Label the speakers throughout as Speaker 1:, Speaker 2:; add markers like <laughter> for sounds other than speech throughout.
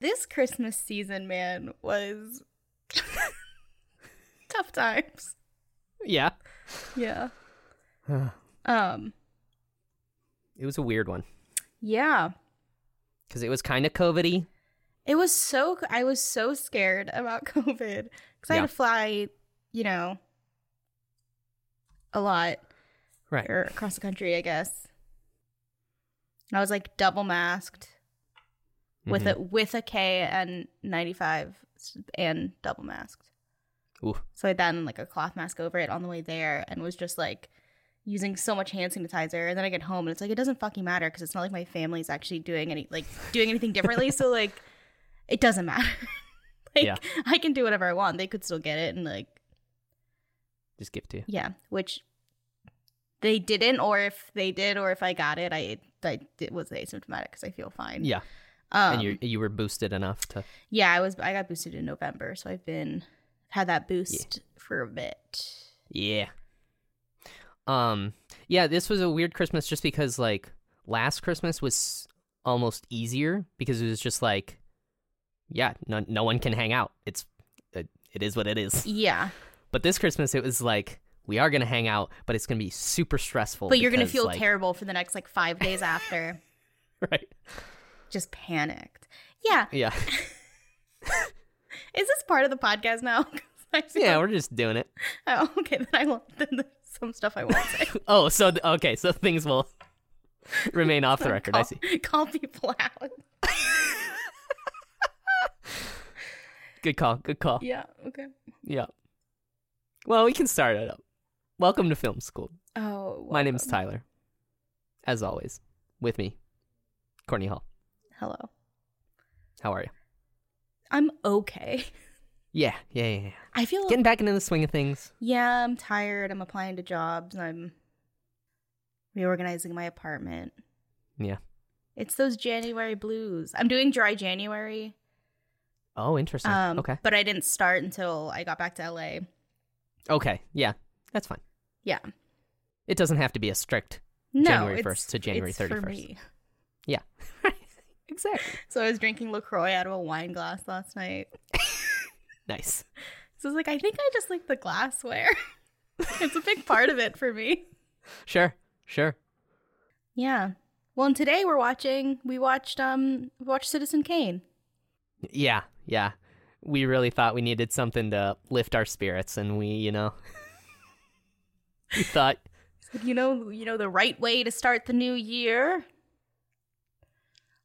Speaker 1: This Christmas season, man, was <laughs> tough times.
Speaker 2: Yeah.
Speaker 1: Yeah.
Speaker 2: it
Speaker 1: <sighs> Um.
Speaker 2: was a weird one
Speaker 1: Yeah.
Speaker 2: because it was kind of COVIDy.
Speaker 1: It was so. I was so scared about <laughs> COVID because I had
Speaker 2: Yeah.
Speaker 1: to fly. You know. A lot.
Speaker 2: Right.
Speaker 1: or across the country, I guess. And I was like double masked
Speaker 2: Mm-hmm.
Speaker 1: with a with a K and 95 s- and double masked.
Speaker 2: Ooh.
Speaker 1: So I had that and like a cloth mask over it on the way there and was just like using so much hand sanitizer and then I get home and it's like it doesn't fucking matter because it's not like my family's actually doing any like doing anything differently so like it doesn't matter. <laughs> like
Speaker 2: Yeah.
Speaker 1: I can do whatever I want. They could still get it and like
Speaker 2: Just give it to you.
Speaker 1: yeah, which they didn't, or if they did, or if I got it, I I it was asymptomatic because I feel fine.
Speaker 2: Yeah.
Speaker 1: um,
Speaker 2: and you you were boosted enough to.
Speaker 1: yeah, I was I got boosted in November, so I've been had that boost for a bit.
Speaker 2: Yeah. Um. Yeah. This was a weird Christmas just because like last Christmas was almost easier because it was just like, yeah, no no one can hang out. It's it, it is what it is.
Speaker 1: Yeah,
Speaker 2: But this Christmas, it was like we are gonna hang out, but it's gonna be super stressful.
Speaker 1: but you're gonna
Speaker 2: because,
Speaker 1: feel
Speaker 2: like-
Speaker 1: terrible for the next like five days after.
Speaker 2: <laughs> right?
Speaker 1: Just panicked. Yeah, <laughs>
Speaker 2: Yeah,
Speaker 1: is this part of the podcast now? <laughs> 'Cause I feel
Speaker 2: yeah.
Speaker 1: like-
Speaker 2: We're just doing it.
Speaker 1: oh, okay. Then I will. Then there's some stuff I
Speaker 2: <laughs>
Speaker 1: won't say.
Speaker 2: Oh, so th- okay, so
Speaker 1: <laughs>
Speaker 2: things will remain off the record. I see.
Speaker 1: Call people out.
Speaker 2: Good call. Good call.
Speaker 1: Yeah. Okay.
Speaker 2: Yeah. Well, we can start it up. Welcome to film school.
Speaker 1: Oh,
Speaker 2: My name's
Speaker 1: welcome.
Speaker 2: Tyler. As always, with me, Courtney Hall.
Speaker 1: Hello.
Speaker 2: How are you?
Speaker 1: I'm okay.
Speaker 2: Yeah, yeah, yeah. yeah.
Speaker 1: I feel
Speaker 2: Getting back into the swing of things.
Speaker 1: yeah, I'm tired. I'm applying to jobs. I'm reorganizing my apartment.
Speaker 2: Yeah.
Speaker 1: It's those January blues. I'm doing dry January.
Speaker 2: Oh, interesting.
Speaker 1: Um
Speaker 2: okay.
Speaker 1: but I didn't start until I got back to LA.
Speaker 2: Okay. Yeah, that's fine.
Speaker 1: Yeah.
Speaker 2: It doesn't have to be a strict. <laughs>
Speaker 1: No,
Speaker 2: January
Speaker 1: it's-
Speaker 2: 1st to January
Speaker 1: it's for
Speaker 2: 31st.
Speaker 1: me.
Speaker 2: Exactly.
Speaker 1: So I was drinking LaCroix out of a wine glass last night.
Speaker 2: Nice.
Speaker 1: So I was like, I think I just like the glassware. <laughs> it's a big part of it for me.
Speaker 2: Sure. Sure.
Speaker 1: Yeah. Well, and today we're watching we watched um we watched Citizen Kane.
Speaker 2: Yeah, yeah. We really thought we needed something to lift our spirits, and we, you know, <laughs> we thought,
Speaker 1: You know, you know the right way to start the new year.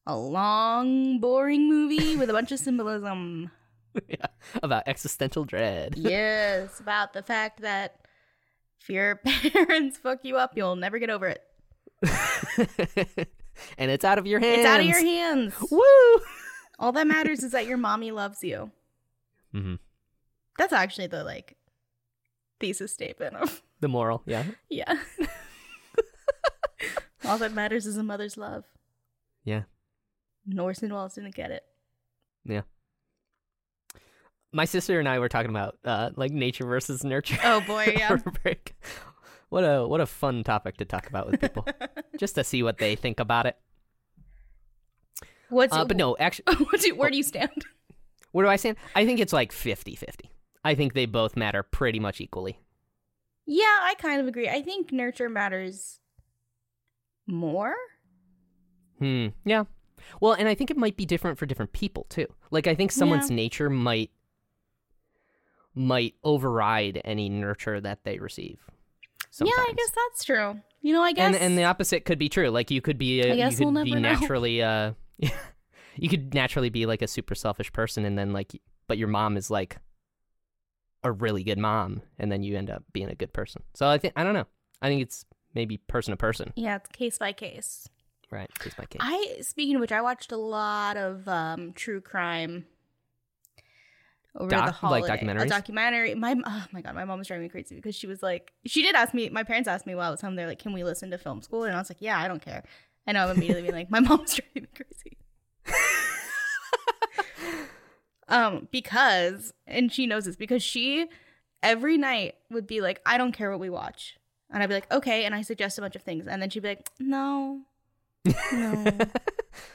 Speaker 1: A long, boring movie with a bunch of symbolism.
Speaker 2: yeah, about existential dread.
Speaker 1: Yes, about the fact that if your <laughs> parents fuck you up, you'll never get over it.
Speaker 2: <laughs> and it's out of your hands.
Speaker 1: It's out of
Speaker 2: <laughs>
Speaker 1: your hands.
Speaker 2: Woo!
Speaker 1: All that matters is that your mommy loves you.
Speaker 2: Mhm.
Speaker 1: That's actually the like thesis statement of
Speaker 2: The moral, yeah,
Speaker 1: yeah. <laughs> All that matters is a mother's love.
Speaker 2: yeah,
Speaker 1: Norson Wells didn't get it.
Speaker 2: yeah. My sister and I were talking about uh, like nature
Speaker 1: <laughs>
Speaker 2: versus nurture.
Speaker 1: Oh boy,
Speaker 2: <laughs>
Speaker 1: yeah.
Speaker 2: over break. What a what a fun topic to talk about
Speaker 1: <laughs>
Speaker 2: with people, just to see what they think about it.
Speaker 1: What's <laughs>
Speaker 2: Uh, but no, Oh. actually,
Speaker 1: What do- where do you stand?
Speaker 2: Where do I stand? I think it's like 50 50. I think they both matter pretty much equally.
Speaker 1: Yeah, I kind of agree. I think nurture matters more.
Speaker 2: Hmm. Yeah. Well, and I think it might be different for different people too. Like I think someone's nature might might override any nurture that they receive. Sometimes.
Speaker 1: Yeah, I guess that's true. You know, I guess.
Speaker 2: And and the opposite could be true. Like you could be a,
Speaker 1: I guess
Speaker 2: you
Speaker 1: we'll
Speaker 2: could be
Speaker 1: never know.
Speaker 2: naturally uh <laughs> you could naturally be like a super selfish person and then like but your mom is like a really good mom and then you end up being a good person. So I think I don't know. I think it's maybe person to person,
Speaker 1: yeah, it's case by case.
Speaker 2: right? Is my case.
Speaker 1: I speaking of which, I watched a lot of um, true crime over the
Speaker 2: Doc- like
Speaker 1: holiday.
Speaker 2: documentaries?
Speaker 1: A documentary. My oh my god, my mom was driving me crazy because she was like, she did ask me. My parents asked me while I was home. They're like, "Can we listen to film school?" And I was like, "Yeah, I don't care." And I'm immediately being like, "My mom's <laughs> driving me crazy." um, because and she knows this because she every night would be like, "I don't care what we watch," and I'd be like, "Okay," and I suggest a bunch of things, and then she'd be like,
Speaker 2: <laughs>
Speaker 1: "No, no."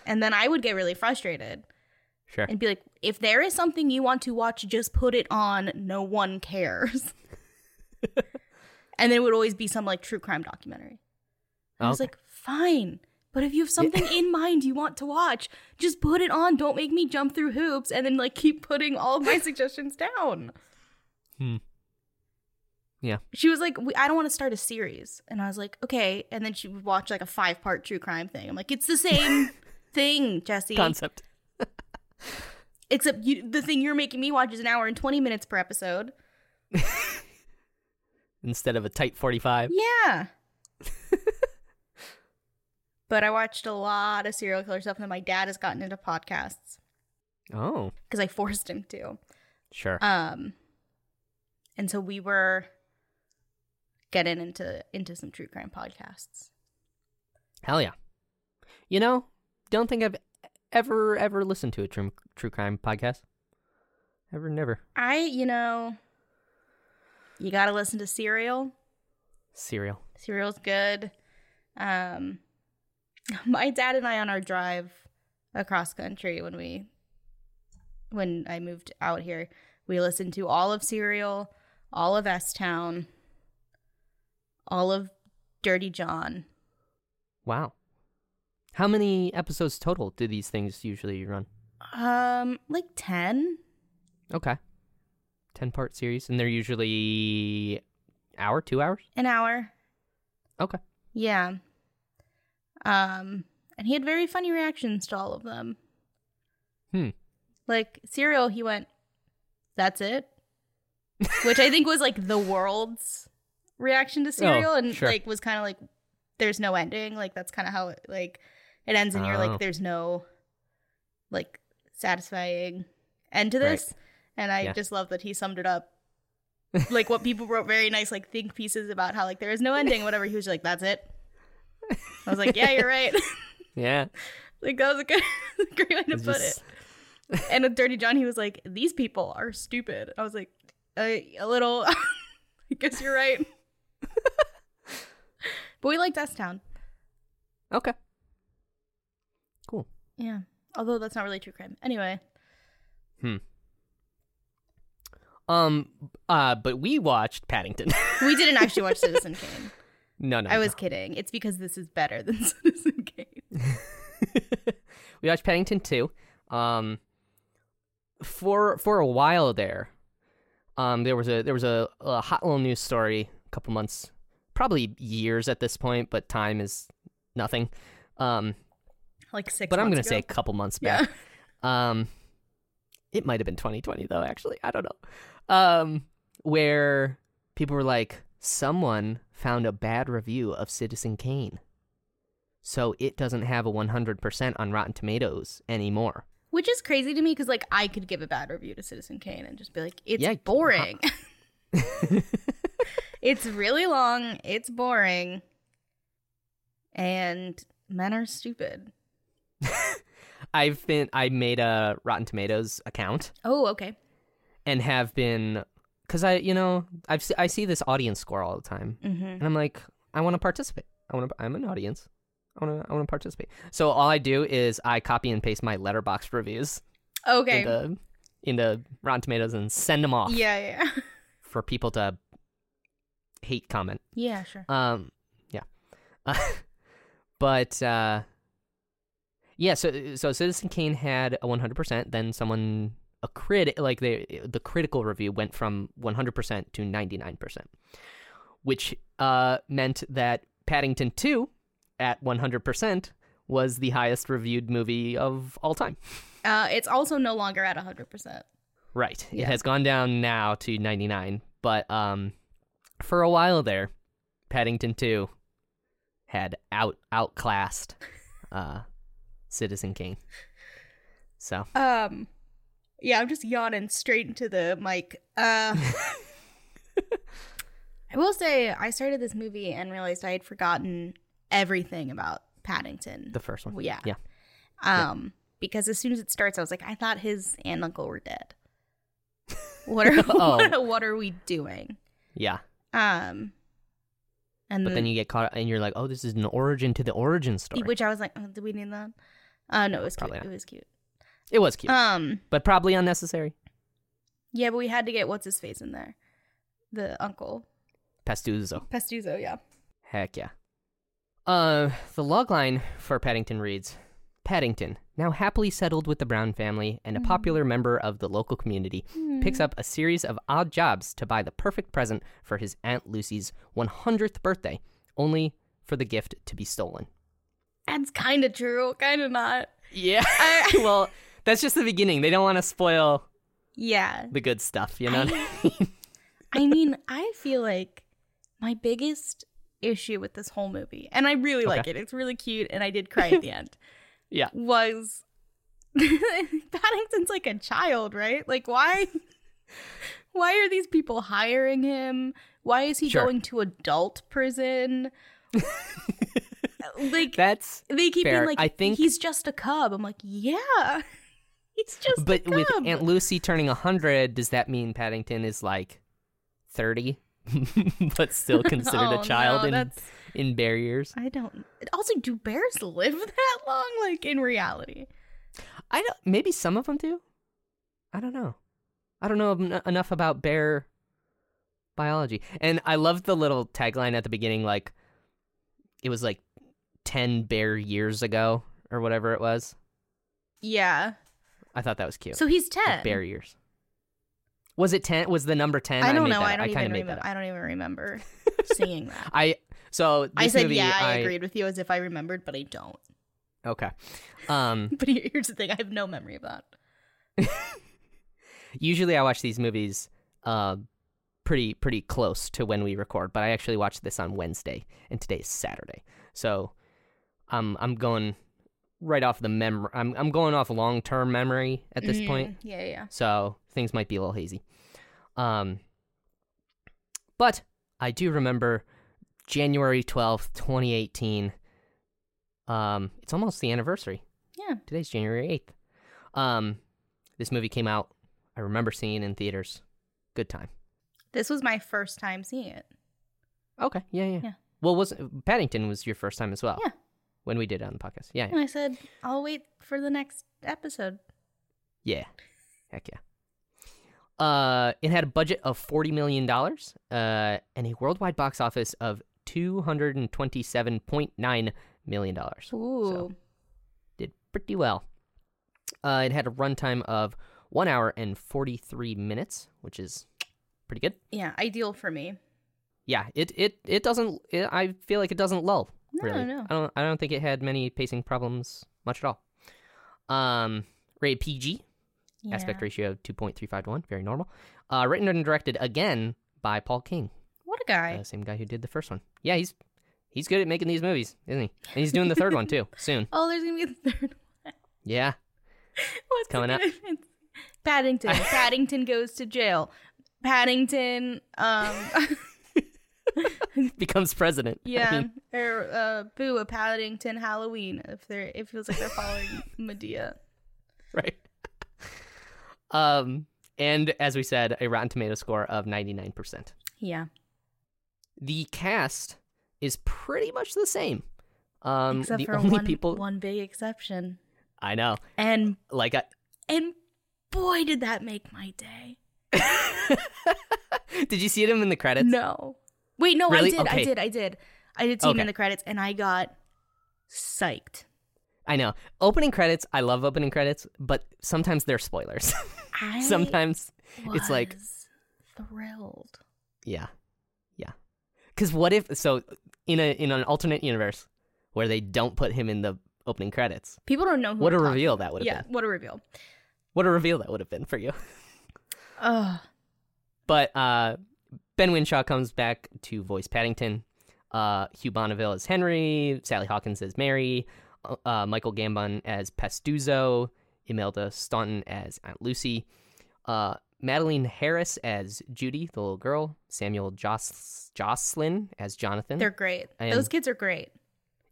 Speaker 1: and then I would get really frustrated
Speaker 2: Sure.
Speaker 1: and be like, if there is something you want to watch, just put it on. No one cares. <laughs> and then it would always be some like true crime documentary. And I was
Speaker 2: Okay.
Speaker 1: like, fine. But if you have something in mind you want to watch, just put it on. Don't make me jump through hoops and then like keep putting all of my <laughs> suggestions down.
Speaker 2: Hmm. Yeah.
Speaker 1: She was like, "We- I don't want to start a series. And I was like, okay. And then she would watch like a five part true crime thing. I'm like, it's the
Speaker 2: <laughs>
Speaker 1: same thing, Jesse.
Speaker 2: Concept.
Speaker 1: Except you, the thing you're making me watch is an hour and 20 minutes per episode.
Speaker 2: Instead of a tight 45.
Speaker 1: Yeah. but I watched a lot of serial killer stuff, and then my dad has gotten into podcasts
Speaker 2: Oh,
Speaker 1: because I <laughs> forced him to.
Speaker 2: sure.
Speaker 1: Um, and so we were getting into into some true crime podcasts.
Speaker 2: Hell yeah. You know, don't think I've ever, ever listened to a true, true crime podcast. Ever, never.
Speaker 1: I, you know, you got to listen to Serial.
Speaker 2: Serial.
Speaker 1: Serial's good. Um, <laughs> my dad and I on our drive across country when we when I moved out here, we listened to all of Serial, all of S Town, all of Dirty John.
Speaker 2: Wow. How many episodes total do these things usually run?
Speaker 1: Um, like ten.
Speaker 2: Okay. 10 part series, and they're usually hour, two hours?
Speaker 1: an hour.
Speaker 2: Okay.
Speaker 1: Yeah. Um, and he had very funny reactions to all of them.
Speaker 2: Hmm.
Speaker 1: Like cereal, he went, "That's it," which I think was like the world's
Speaker 2: <laughs>
Speaker 1: reaction to cereal, and
Speaker 2: Oh, sure.
Speaker 1: like was kind of like, "There's no ending." Like that's kind of how it like it ends, and you're
Speaker 2: Oh.
Speaker 1: like, "There's no like satisfying end to
Speaker 2: Right.
Speaker 1: this." And I
Speaker 2: Yeah.
Speaker 1: just love that he summed it
Speaker 2: <laughs>
Speaker 1: up like what people wrote very nice like think pieces about how like there is no ending whatever he was like that's it i was like yeah you're right <laughs>
Speaker 2: Yeah.
Speaker 1: like that was a good <laughs> a great way to
Speaker 2: It's
Speaker 1: put
Speaker 2: just-
Speaker 1: it and with dirty john he was like these people are stupid i was like a, a little <laughs> i guess you're
Speaker 2: <laughs>
Speaker 1: right but we liked S town
Speaker 2: Okay. Cool.
Speaker 1: yeah although that's not really true crime anyway
Speaker 2: Um, uh, but we watched Paddington. <laughs>
Speaker 1: we didn't actually watch citizen kane
Speaker 2: no, no.
Speaker 1: i was kidding it's because this is better <laughs> than citizen kane
Speaker 2: <laughs> we watched Paddington 2. Um for for a while there, um there was a there was a, a hot little news story a couple months, probably years at this point, but time is nothing. Um
Speaker 1: like six
Speaker 2: but I'm going to
Speaker 1: months
Speaker 2: say a
Speaker 1: ago.
Speaker 2: couple months
Speaker 1: yeah <laughs>
Speaker 2: back. Um it might have been 2020 though actually. I don't know. Um where people were like someone found a bad review of Citizen Kane. So it doesn't have a 100% on Rotten Tomatoes anymore. <laughs>
Speaker 1: Which is crazy to me because, like, I could give a bad review to Citizen Kane and just be like, it's
Speaker 2: Yeah,
Speaker 1: boring. <laughs> it's really long. It's boring. And men are stupid.
Speaker 2: I've been I made a Rotten Tomatoes account
Speaker 1: Oh, okay.
Speaker 2: and have been cuz I, you know, I've se- I see this audience score all the time
Speaker 1: Mm-hmm.
Speaker 2: and I'm like, I want to participate. I want to. I'm an audience. I want to. I want to participate. So all I do is I copy and paste my letterbox reviews
Speaker 1: Okay.
Speaker 2: into into Rotten Tomatoes and send them off
Speaker 1: yeah, yeah. yeah. <laughs>
Speaker 2: for people to hate comment.
Speaker 1: Yeah, sure.
Speaker 2: Um, yeah, <laughs> but uh, yeah. So so Citizen Kane had a 100. percent Then someone a crit like they the critical review went from 100 percent to 99 percent, which uh meant that Paddington 2 at 100 percent was the highest reviewed movie of all time.
Speaker 1: Uh, it's also no longer at 100%.
Speaker 2: Right. It
Speaker 1: Yeah.
Speaker 2: has gone down now to 99, but um for a while there, Paddington 2 had out outclassed uh Citizen Kane. So,
Speaker 1: Um, yeah, I'm just yawning straight into the mic. Uh, <laughs> I will say, I started this movie and realized I had forgotten everything about Paddington.
Speaker 2: the first one.
Speaker 1: Well, yeah.
Speaker 2: Yeah.
Speaker 1: Um, because as soon as it starts, I was like, I thought his aunt and uncle were dead. What
Speaker 2: <laughs>
Speaker 1: are <laughs>
Speaker 2: Oh.
Speaker 1: what, what are we doing?
Speaker 2: Yeah.
Speaker 1: Um, and
Speaker 2: But then you get caught and you're like, "Oh, this is an origin to the origin story."
Speaker 1: which I was like, oh, do we need that? Uh, no, it was
Speaker 2: Probably
Speaker 1: cute.
Speaker 2: not.
Speaker 1: It was cute.
Speaker 2: It was cute,
Speaker 1: Um,
Speaker 2: but probably unnecessary.
Speaker 1: yeah, but we had to get what's his face in there, the uncle
Speaker 2: Pastuzo.
Speaker 1: Pastuzo. Yeah,
Speaker 2: Heck yeah. Uh, the logline for Paddington reads Paddington, now happily settled with the Brown family and a popular member of the local community, picks up a series of odd jobs to buy the perfect present for his Aunt Lucy's 100th birthday, only for the gift to be stolen.
Speaker 1: that's kind of true, kind of not.
Speaker 2: Yeah. <laughs> well, that's just the beginning. They don't want to spoil
Speaker 1: Yeah,
Speaker 2: the good stuff, you know?
Speaker 1: I mean, I feel like my biggest issue with this whole movie, and I really like it. It's really cute, and I did cry at the end.
Speaker 2: <laughs> Yeah.
Speaker 1: was <laughs> Paddington's like a child, right? Like why? Why are these people hiring him? Why is he
Speaker 2: Sure.
Speaker 1: going to adult
Speaker 2: <laughs>
Speaker 1: prison? like
Speaker 2: that's.
Speaker 1: they keep being
Speaker 2: fair.
Speaker 1: like,
Speaker 2: I think-
Speaker 1: he's just a cub. I'm like, yeah, <laughs> he's just
Speaker 2: But
Speaker 1: a
Speaker 2: with
Speaker 1: cub.
Speaker 2: Aunt Lucy turning 100, does that mean Paddington is like 30, <laughs> but still considered
Speaker 1: <laughs> Oh,
Speaker 2: a child
Speaker 1: no,
Speaker 2: in,
Speaker 1: that's-
Speaker 2: in bare years?
Speaker 1: I don't. Also, do bears live <laughs> that long? Like in reality,
Speaker 2: I don't, maybe some of them do. I don't know. I don't know en- enough about bear biology. And I loved the little tagline at the beginning, like, it was like 10 bear years ago or whatever it was.
Speaker 1: yeah.
Speaker 2: I thought that was cute.
Speaker 1: So he's
Speaker 2: Like
Speaker 1: ten.
Speaker 2: bear years. Was it 10? Was the number 10?
Speaker 1: I don't
Speaker 2: made
Speaker 1: know.
Speaker 2: that
Speaker 1: I
Speaker 2: up.
Speaker 1: don't
Speaker 2: kinda
Speaker 1: even
Speaker 2: made that
Speaker 1: remember.
Speaker 2: up.
Speaker 1: I don't even
Speaker 2: <laughs>
Speaker 1: remember seeing that.
Speaker 2: I so this
Speaker 1: I said
Speaker 2: movie,
Speaker 1: yeah. I, agreed with you as if I remembered, but I don't. <laughs>
Speaker 2: Okay. Um,
Speaker 1: But here- here's the thing: I have no memory of that.
Speaker 2: usually I watch these movies uh pretty pretty close to when we record, but I actually watched this on Wednesday and today is Saturday. So um I'm going right off the mem I'm I'm going off long term memory at this point.
Speaker 1: Mm, yeah, yeah.
Speaker 2: So things might be a little hazy. Um but I do remember January 12th, 2018. Um it's almost the anniversary.
Speaker 1: Yeah.
Speaker 2: Today's January 8th. Um, this movie came out. I remember seeing it in theaters. Good time.
Speaker 1: This was my first time seeing it.
Speaker 2: Okay. Yeah, yeah.
Speaker 1: Yeah.
Speaker 2: Well, was Paddington was your first time as well?
Speaker 1: Yeah.
Speaker 2: When we did it on the podcast. Yeah, yeah.
Speaker 1: And I said, I'll wait for the next episode.
Speaker 2: Yeah. Heck yeah. Uh, it had a budget of $40 million uh, and a worldwide box office of $227.9 million.
Speaker 1: Ooh.
Speaker 2: did pretty well. Uh, it had a runtime of 1 hour and 43 minutes, which is pretty good.
Speaker 1: Yeah, ideal for me.
Speaker 2: yeah it it it doesn't it, i feel like it doesn't lull
Speaker 1: No,
Speaker 2: really
Speaker 1: no.
Speaker 2: i don't i don't think it had many pacing problems much at all um rated pg
Speaker 1: Yeah.
Speaker 2: aspect ratio of 2.35 to 1 very normal uh written and directed again by paul king
Speaker 1: What a guy.
Speaker 2: uh, same guy who did the first one yeah he's he's good at making these movies isn't he and he's doing the third one too <laughs> soon
Speaker 1: oh, there's going to be a third
Speaker 2: yeah
Speaker 1: <laughs>
Speaker 2: <laughs>
Speaker 1: What's
Speaker 2: Coming
Speaker 1: it
Speaker 2: up.
Speaker 1: gonna-
Speaker 2: <laughs>
Speaker 1: Paddington. Paddington goes to jail. Paddington, um,
Speaker 2: <laughs> becomes president I
Speaker 1: yeah,
Speaker 2: mean, <laughs>
Speaker 1: or uh, boo a Paddington Halloween. If they're, it feels like they're
Speaker 2: <laughs>
Speaker 1: following Medea.
Speaker 2: right um and as we said a rotten tomato score of 99 percent
Speaker 1: Yeah,
Speaker 2: the cast is pretty much the same. Um,
Speaker 1: except
Speaker 2: the
Speaker 1: for
Speaker 2: only
Speaker 1: one,
Speaker 2: people
Speaker 1: one big exception,
Speaker 2: I know,
Speaker 1: and
Speaker 2: like I, <laughs>
Speaker 1: and boy, did that make my day.
Speaker 2: did you see them in the credits?
Speaker 1: no, wait, no,
Speaker 2: Really?
Speaker 1: I did,
Speaker 2: Okay.
Speaker 1: I did, I did, I did see him
Speaker 2: Okay.
Speaker 1: in the credits, and I got psyched.
Speaker 2: I know. Opening credits, I love opening credits, but sometimes they're spoilers. <laughs>
Speaker 1: I
Speaker 2: sometimes it's like,
Speaker 1: was thrilled.
Speaker 2: yeah, yeah. Because what if so in a in an alternate universe where they don't put him in the opening credits?
Speaker 1: People don't know who
Speaker 2: What a
Speaker 1: we're talking
Speaker 2: reveal that would have
Speaker 1: yeah,
Speaker 2: been!
Speaker 1: what a reveal.
Speaker 2: What a reveal that would have been for you.
Speaker 1: Oh,
Speaker 2: But uh, Ben Winshaw comes back to voice Paddington. Uh, Hugh Bonneville as Henry. Sally Hawkins as Mary. uh, Uh, Michael Gambon as Pastuzo. Imelda Staunton as Aunt Lucy. Uh, Madeline Harris as Judy, the little girl. Samuel Jos- Jocelyn as Jonathan.
Speaker 1: they're great.
Speaker 2: I
Speaker 1: Those
Speaker 2: am-
Speaker 1: kids are great.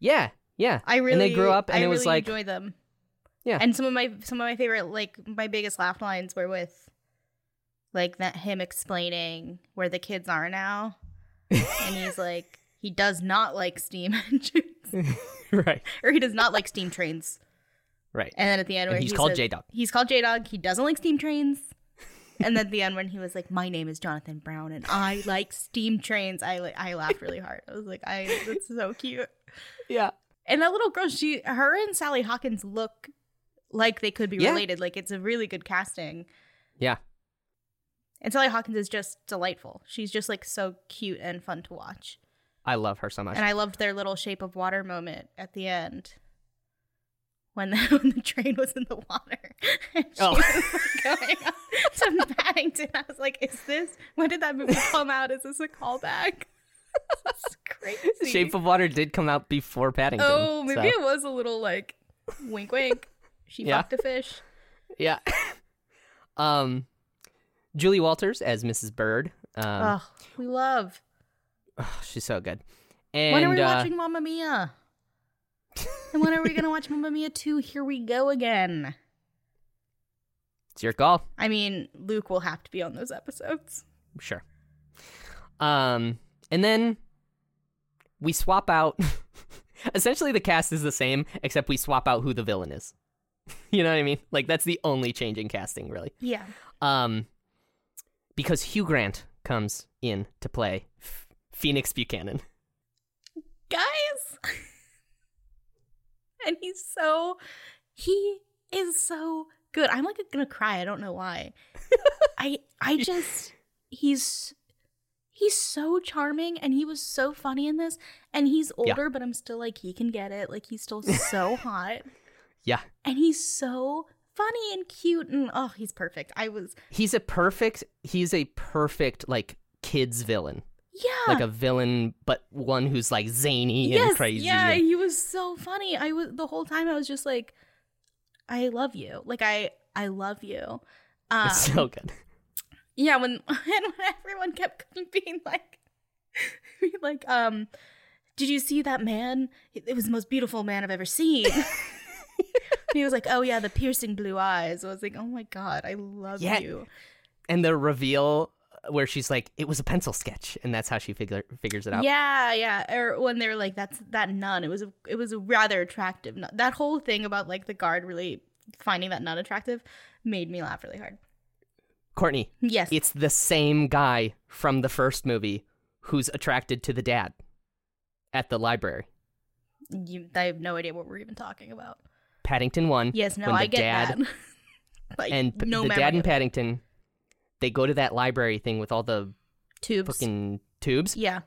Speaker 2: yeah,
Speaker 1: <laughs>
Speaker 2: yeah.
Speaker 1: I really
Speaker 2: and they grew up, and
Speaker 1: I
Speaker 2: it was
Speaker 1: really
Speaker 2: like,
Speaker 1: enjoy them.
Speaker 2: Yeah.
Speaker 1: and some of my some of my favorite like my biggest laugh lines were with like that him explaining where the kids are now,
Speaker 2: <laughs>
Speaker 1: and he's like he does not like steam <laughs> engines
Speaker 2: right,
Speaker 1: or he does not like steam trains.
Speaker 2: Right.
Speaker 1: And then at the end,
Speaker 2: And
Speaker 1: where
Speaker 2: he's
Speaker 1: he
Speaker 2: called
Speaker 1: says-
Speaker 2: J-Dog.
Speaker 1: He's called J Dog. He doesn't like steam trains. and then at the end, when he was like, "My name is Jonathan Brown, and I like steam trains," I like I laughed really hard. I was like, "I that's so cute."
Speaker 2: Yeah.
Speaker 1: And that little girl, she, her and Sally Hawkins look like they could be
Speaker 2: Yeah.
Speaker 1: related. Like it's a really good casting.
Speaker 2: Yeah.
Speaker 1: And Sally Hawkins is just delightful. She's just like so cute and fun to watch.
Speaker 2: I love her so much.
Speaker 1: And I loved their little shape of water moment at the end when the, <laughs> when the train was in the water. <laughs> And she
Speaker 2: Oh.
Speaker 1: was going up <laughs> to Paddington. I was like, is this, when did that movie come out? Is this a callback? <laughs> This is crazy.
Speaker 2: Shape of Water did come out before Paddington.
Speaker 1: oh, maybe it
Speaker 2: so-
Speaker 1: was a little like wink wink. She
Speaker 2: Yeah.
Speaker 1: fucked a fish.
Speaker 2: Yeah. <laughs> um, Julie Walters as Mrs. Bird. Um,
Speaker 1: Ugh, we love.
Speaker 2: oh, she's so good.
Speaker 1: when are
Speaker 2: And
Speaker 1: we
Speaker 2: uh,
Speaker 1: watching Mamma Mia? and when are we going to watch Mamma Mia 2? Here we go again.
Speaker 2: it's your call.
Speaker 1: I mean, Luke will have to be on those episodes.
Speaker 2: Sure. Um, and then we swap out. <laughs> Essentially, the cast is the same, except we swap out who the villain is. <laughs> you know what I mean? Like that's the only change in casting, really.
Speaker 1: Yeah.
Speaker 2: Um, because Hugh Grant comes in to play F- Phoenix Buchanan. <laughs>
Speaker 1: Guys. <laughs> and he's so he is so good. I'm like gonna cry. I don't know why. I I just he's he's so charming and he was so funny in this. And he's
Speaker 2: Yeah.
Speaker 1: older, but I'm still like he can get it. Like he's still so hot.
Speaker 2: Yeah.
Speaker 1: And he's so funny and cute and oh, he's perfect. I was
Speaker 2: He's a perfect. He's a perfect like kids villain,
Speaker 1: yeah.
Speaker 2: like a villain, but one who's like zany and crazy.
Speaker 1: Yeah,
Speaker 2: and-
Speaker 1: he was so funny. I was the whole time I was just like, I love you. Like I I love you. Um,
Speaker 2: it's <laughs> so good.
Speaker 1: yeah, when <laughs> and when everyone kept <laughs> being like being like, um, did you see that man? It it was the most beautiful man I've ever
Speaker 2: <laughs>
Speaker 1: seen. <laughs> and he was like, Oh yeah, the piercing blue eyes. I was like, Oh my god, I love
Speaker 2: Yeah.
Speaker 1: you.
Speaker 2: and the reveal where she's like, "It was a pencil sketch," and that's how she figure- figures it out.
Speaker 1: Yeah, yeah. Or when they were like, "That's that nun." It was a, it was a rather attractive nun. That whole thing about like the guard really finding that nun attractive made me laugh really hard.
Speaker 2: Courtney,
Speaker 1: Yes,
Speaker 2: it's the same guy from the first movie who's attracted to the dad at the library.
Speaker 1: you, I have no idea what we're even talking about.
Speaker 2: Paddington one.
Speaker 1: Yes, no,
Speaker 2: Mm-hmm. when
Speaker 1: I
Speaker 2: the
Speaker 1: get
Speaker 2: dad
Speaker 1: that. <laughs> like,
Speaker 2: and p-
Speaker 1: no
Speaker 2: the
Speaker 1: memory
Speaker 2: dad and
Speaker 1: of it.
Speaker 2: Paddington, they go to that library thing with all the
Speaker 1: tubes.
Speaker 2: fucking tubes,
Speaker 1: yeah.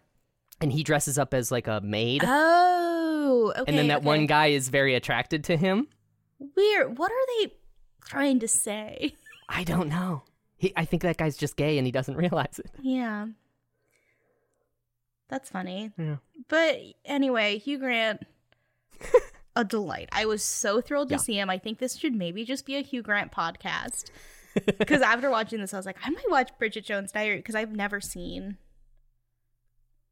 Speaker 2: and he dresses up as like a maid.
Speaker 1: Oh, okay.
Speaker 2: and then that
Speaker 1: okay.
Speaker 2: one guy is very attracted to him.
Speaker 1: Weird. What are they trying to say? <laughs>
Speaker 2: I don't know. He, I think that guy's just gay and he doesn't <laughs> realize it.
Speaker 1: yeah, that's funny.
Speaker 2: Yeah.
Speaker 1: But anyway, Hugh
Speaker 2: <laughs>
Speaker 1: Grant, a delight. I was so thrilled to
Speaker 2: Yeah.
Speaker 1: see him. I think this should maybe just be a Hugh Grant podcast.
Speaker 2: <laughs>
Speaker 1: Because after watching this, I was like, I might watch Bridget Jones' Diary because I've never seen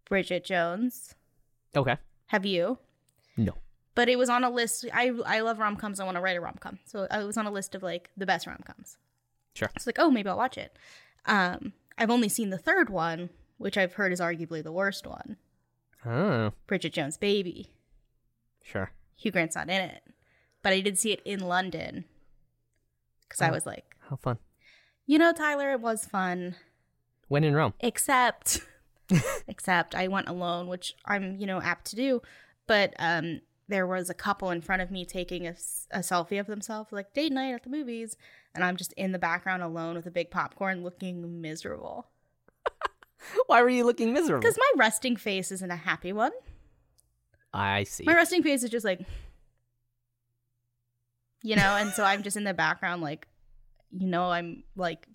Speaker 1: Bridget Jones.
Speaker 2: Okay.
Speaker 1: Have you?
Speaker 2: No.
Speaker 1: But it was on a list. I I love rom coms. I want to write a rom com. So I was on a list of like the best rom coms.
Speaker 2: Sure.
Speaker 1: It's like, oh, maybe I'll watch it. Um, I've only seen the third one, which I've heard is arguably the worst one,
Speaker 2: Oh,
Speaker 1: Bridget Jones' Baby.
Speaker 2: sure.
Speaker 1: Hugh Grant's not in it, but I did see it in London because I
Speaker 2: Oh.
Speaker 1: was like,
Speaker 2: How fun.
Speaker 1: you know, Tyler, it was fun,
Speaker 2: When in Rome.
Speaker 1: except, except I went alone, which I'm you know apt to do, but um, there was a couple in front of me taking a, s- a selfie of themselves, like date night at the movies, and I'm just in the background alone with a big popcorn, looking miserable
Speaker 2: <laughs> Why were you looking miserable?
Speaker 1: because my resting face isn't a happy one.
Speaker 2: I see.
Speaker 1: My resting face is just like, you know, and so I'm just in the background, like, you know, I'm like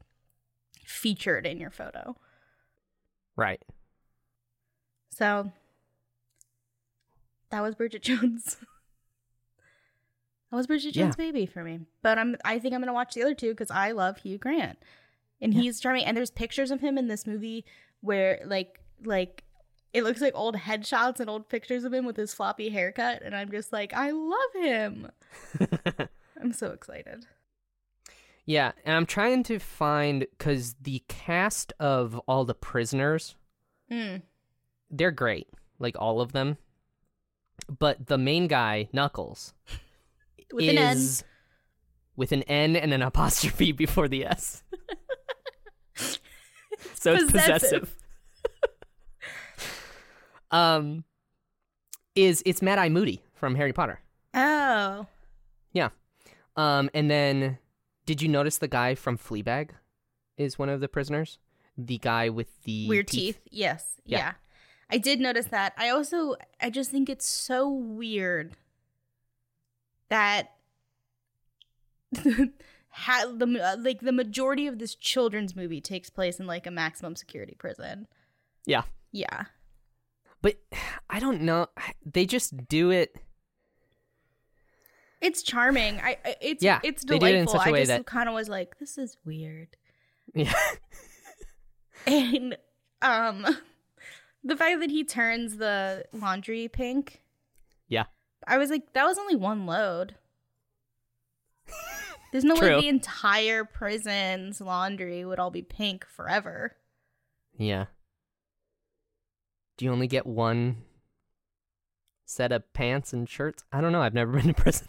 Speaker 1: featured in your photo.
Speaker 2: Right.
Speaker 1: So that was Bridget <laughs> Jones. that was Bridget Jones' baby for me. But I'm, I think I'm gonna watch the other two because I love Hugh Grant, and
Speaker 2: Yeah.
Speaker 1: he's charming. And there's pictures of him in this movie where, like, like. It looks like old headshots and old pictures of him with his floppy haircut, and I'm just like, I love him. I'm so excited.
Speaker 2: <laughs> yeah, and I'm trying to find because the cast of all the prisoners,
Speaker 1: Mm.
Speaker 2: they're great, like all of them. But the main guy, Knuckles,
Speaker 1: With an N.
Speaker 2: is with an N and an apostrophe <laughs> before the S.
Speaker 1: <laughs>
Speaker 2: so it's possessive.
Speaker 1: Possessive.
Speaker 2: um, is it's Mad Eye Moody from Harry Potter?
Speaker 1: Oh.
Speaker 2: Um, and then did you notice the guy from Fleabag is one of the prisoners? The guy with the
Speaker 1: Weird teeth. Yes.
Speaker 2: Yeah.
Speaker 1: E Yeah. I did notice that. I also I just think it's so weird that <laughs> ha- the uh, like the majority of this children's movie takes place in like a maximum security prison.
Speaker 2: Yeah.
Speaker 1: Yeah.
Speaker 2: But I don't know. They just do it.
Speaker 1: It's charming. I I- it's
Speaker 2: Yeah,
Speaker 1: it's
Speaker 2: they did
Speaker 1: delightful.
Speaker 2: it in such a way
Speaker 1: I just
Speaker 2: that-
Speaker 1: kind of was like this is weird.
Speaker 2: Yeah.
Speaker 1: <laughs> and um the fact that he turns the laundry pink
Speaker 2: Yeah.
Speaker 1: i was like that was only one load there's
Speaker 2: <laughs>
Speaker 1: no
Speaker 2: True.
Speaker 1: way the entire prison's laundry would all be pink forever
Speaker 2: Yeah. Do you only get one set of pants and shirts? I don't know. I've never <laughs> been to prison.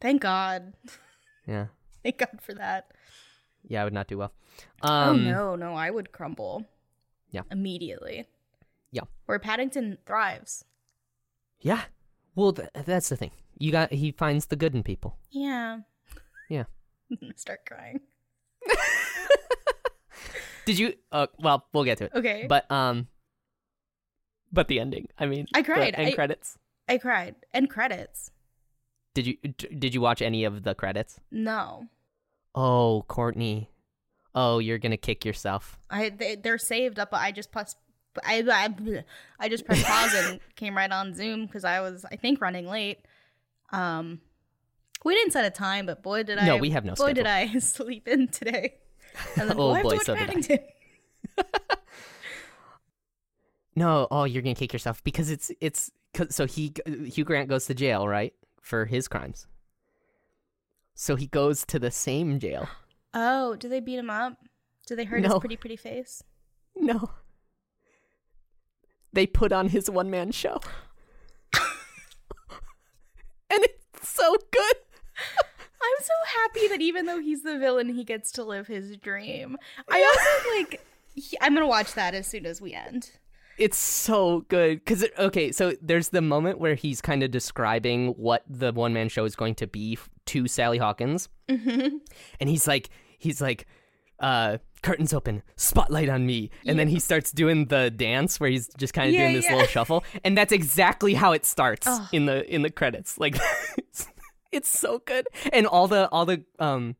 Speaker 1: thank god <laughs>
Speaker 2: Yeah.
Speaker 1: thank god for that
Speaker 2: Yeah, I would not do well.
Speaker 1: oh
Speaker 2: Um,
Speaker 1: no no i would crumble
Speaker 2: Yeah.
Speaker 1: immediately
Speaker 2: Yeah.
Speaker 1: where paddington thrives
Speaker 2: Yeah. Well, th- that's the thing. You got. He finds the good in people.
Speaker 1: yeah
Speaker 2: Yeah.
Speaker 1: I'm gonna <laughs> start crying <laughs>
Speaker 2: Did you? Uh, well, we'll get to it.
Speaker 1: okay
Speaker 2: But um. But the ending. I mean,
Speaker 1: I
Speaker 2: the
Speaker 1: cried. I-
Speaker 2: end credits.
Speaker 1: i cried and credits
Speaker 2: Did you? d- Did you watch any of the credits?
Speaker 1: no
Speaker 2: Oh, Courtney. Oh, you're gonna kick yourself.
Speaker 1: I they, they're saved up. but I just press I I, I just pressed pause
Speaker 2: <laughs>
Speaker 1: and came right on Zoom because I was I think running late. Um, we didn't set a time, but boy did I
Speaker 2: no, we have no.
Speaker 1: boy
Speaker 2: schedule.
Speaker 1: did I <laughs> sleep in
Speaker 2: <laughs>
Speaker 1: today. And then
Speaker 2: Oh,
Speaker 1: I have to
Speaker 2: boy,
Speaker 1: watch
Speaker 2: so did I.
Speaker 1: Paddington.
Speaker 2: No, oh, you're gonna kick yourself because it's it's 'cause- so he Hugh Grant goes to jail right for his crimes. So he goes to the same jail.
Speaker 1: Oh, do they beat him up? Do they hurt
Speaker 2: No.
Speaker 1: his pretty pretty face?
Speaker 2: No, they put on his one man show, and it's so good.
Speaker 1: I'm so happy that even though he's the villain, he gets to live his dream. I also like. He, I'm gonna watch that as soon as we end.
Speaker 2: It's so good because okay, so there's the moment where he's kind of describing what the one man show is going to be f- to Sally Hawkins,
Speaker 1: Mm-hmm.
Speaker 2: and he's like he's like uh curtains open spotlight on me and then he starts doing the dance where he's just kind of
Speaker 1: Yeah,
Speaker 2: doing this
Speaker 1: yeah.
Speaker 2: little shuffle and that's exactly how it starts
Speaker 1: Ugh.
Speaker 2: in the in the credits like it's, it's so good and all the all the um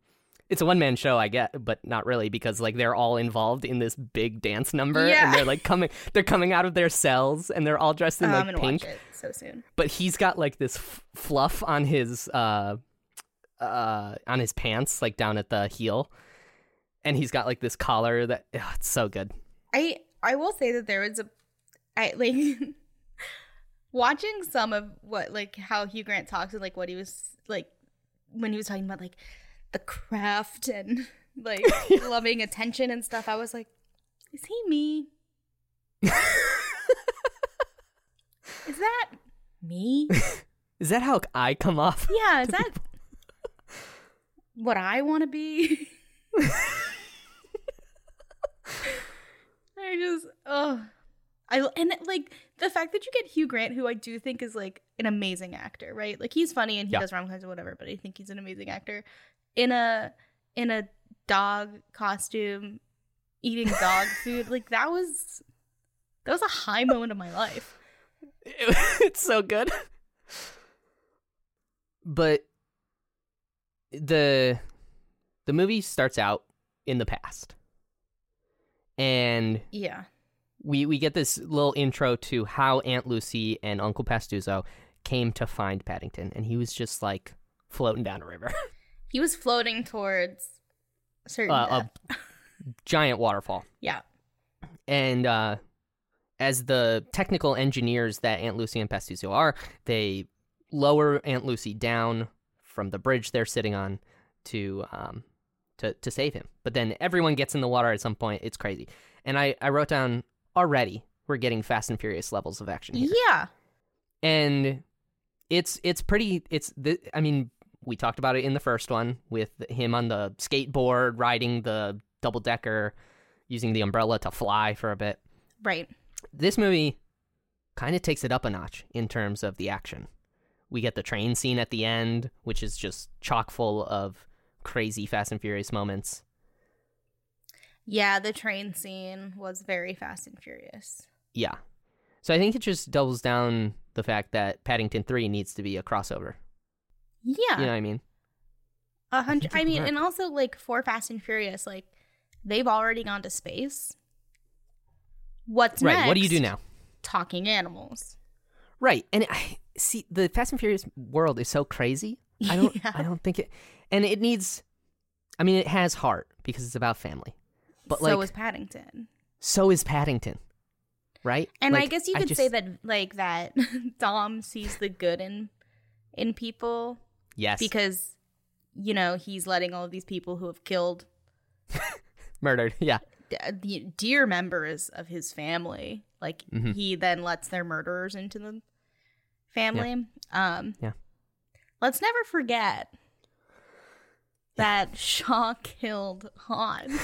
Speaker 2: it's a one man show I get but not really because like they're all involved in this big dance number
Speaker 1: Yeah.
Speaker 2: and they're like coming they're coming out of their cells and they're all dressed in
Speaker 1: Um, Oh, I'm
Speaker 2: like
Speaker 1: gonna
Speaker 2: pink
Speaker 1: watch it so soon.
Speaker 2: but he's got like this f- fluff on his uh uh on his pants like down at the heel and he's got like this collar that ugh, it's so good
Speaker 1: I I will say that there was a I like <laughs> watching some of what like how Hugh Grant talks and like what he was like when he was talking about like the craft and <laughs>
Speaker 2: <laughs>
Speaker 1: like loving attention and stuff. I was like, is he
Speaker 2: <laughs>
Speaker 1: me? is that me?
Speaker 2: is that how i come off
Speaker 1: <laughs> Yeah, is that <laughs> what I want to be? <laughs> I just oh, I and like the fact that you get Hugh Grant, who I do think is like an amazing actor, right? Like he's funny and he
Speaker 2: Yeah.
Speaker 1: does rom coms or whatever, but I think he's an amazing actor in a in a dog costume eating <laughs> dog food. Like that was that was a high moment of my life.
Speaker 2: <laughs> it's so good but the the movie starts out in the past and
Speaker 1: Yeah.
Speaker 2: we we get this little intro to how Aunt Lucy and Uncle Pastuzo came to find Paddington, and he was just like floating down a river,
Speaker 1: He was floating towards certain
Speaker 2: uh,
Speaker 1: death.
Speaker 2: a giant waterfall.
Speaker 1: Yeah.
Speaker 2: And uh, as the technical engineers that Aunt Lucy and Pastuzo are, they lower Aunt Lucy down from the bridge they're sitting on to um, to to save him. But then everyone gets in the water at some point. It's crazy. And I I wrote down already we're getting Fast and Furious levels of action here.
Speaker 1: Yeah.
Speaker 2: and it's it's pretty it's the i mean we talked about it in the first one with him on the skateboard riding the double decker, using the umbrella to fly for a bit.
Speaker 1: Right.
Speaker 2: This movie kind of takes it up a notch in terms of the action. We get the train scene at the end, which is just chock full of crazy Fast and Furious moments.
Speaker 1: Yeah, the train scene was very fast and furious.
Speaker 2: Yeah. So I think it just doubles down the fact that Paddington 3 needs to be a crossover.
Speaker 1: Yeah.
Speaker 2: You know what I mean?
Speaker 1: A hundred.
Speaker 2: think
Speaker 1: I
Speaker 2: it
Speaker 1: mean,
Speaker 2: worked.
Speaker 1: and also like for Fast and Furious, like they've already gone to space. What's
Speaker 2: Right. What do you do
Speaker 1: next?
Speaker 2: now?
Speaker 1: Talking animals.
Speaker 2: Right. And I see the Fast and Furious world is so crazy. I don't
Speaker 1: <laughs> Yeah.
Speaker 2: I don't think it and it needs I mean it has heart because it's about family. But
Speaker 1: so
Speaker 2: like
Speaker 1: was Paddington.
Speaker 2: so is Paddington. Right?
Speaker 1: And I
Speaker 2: Like,
Speaker 1: guess you could say
Speaker 2: just-
Speaker 1: that like that <laughs> Dom sees the good in in people
Speaker 2: Yes.
Speaker 1: because you know he's letting all of these people who have killed
Speaker 2: murdered. <laughs> Yeah.
Speaker 1: d- the dear members of his family like
Speaker 2: Mhm.
Speaker 1: he then lets their murderers into the family um
Speaker 2: Yeah.
Speaker 1: let's never forget that shaw killed
Speaker 2: <laughs>
Speaker 1: han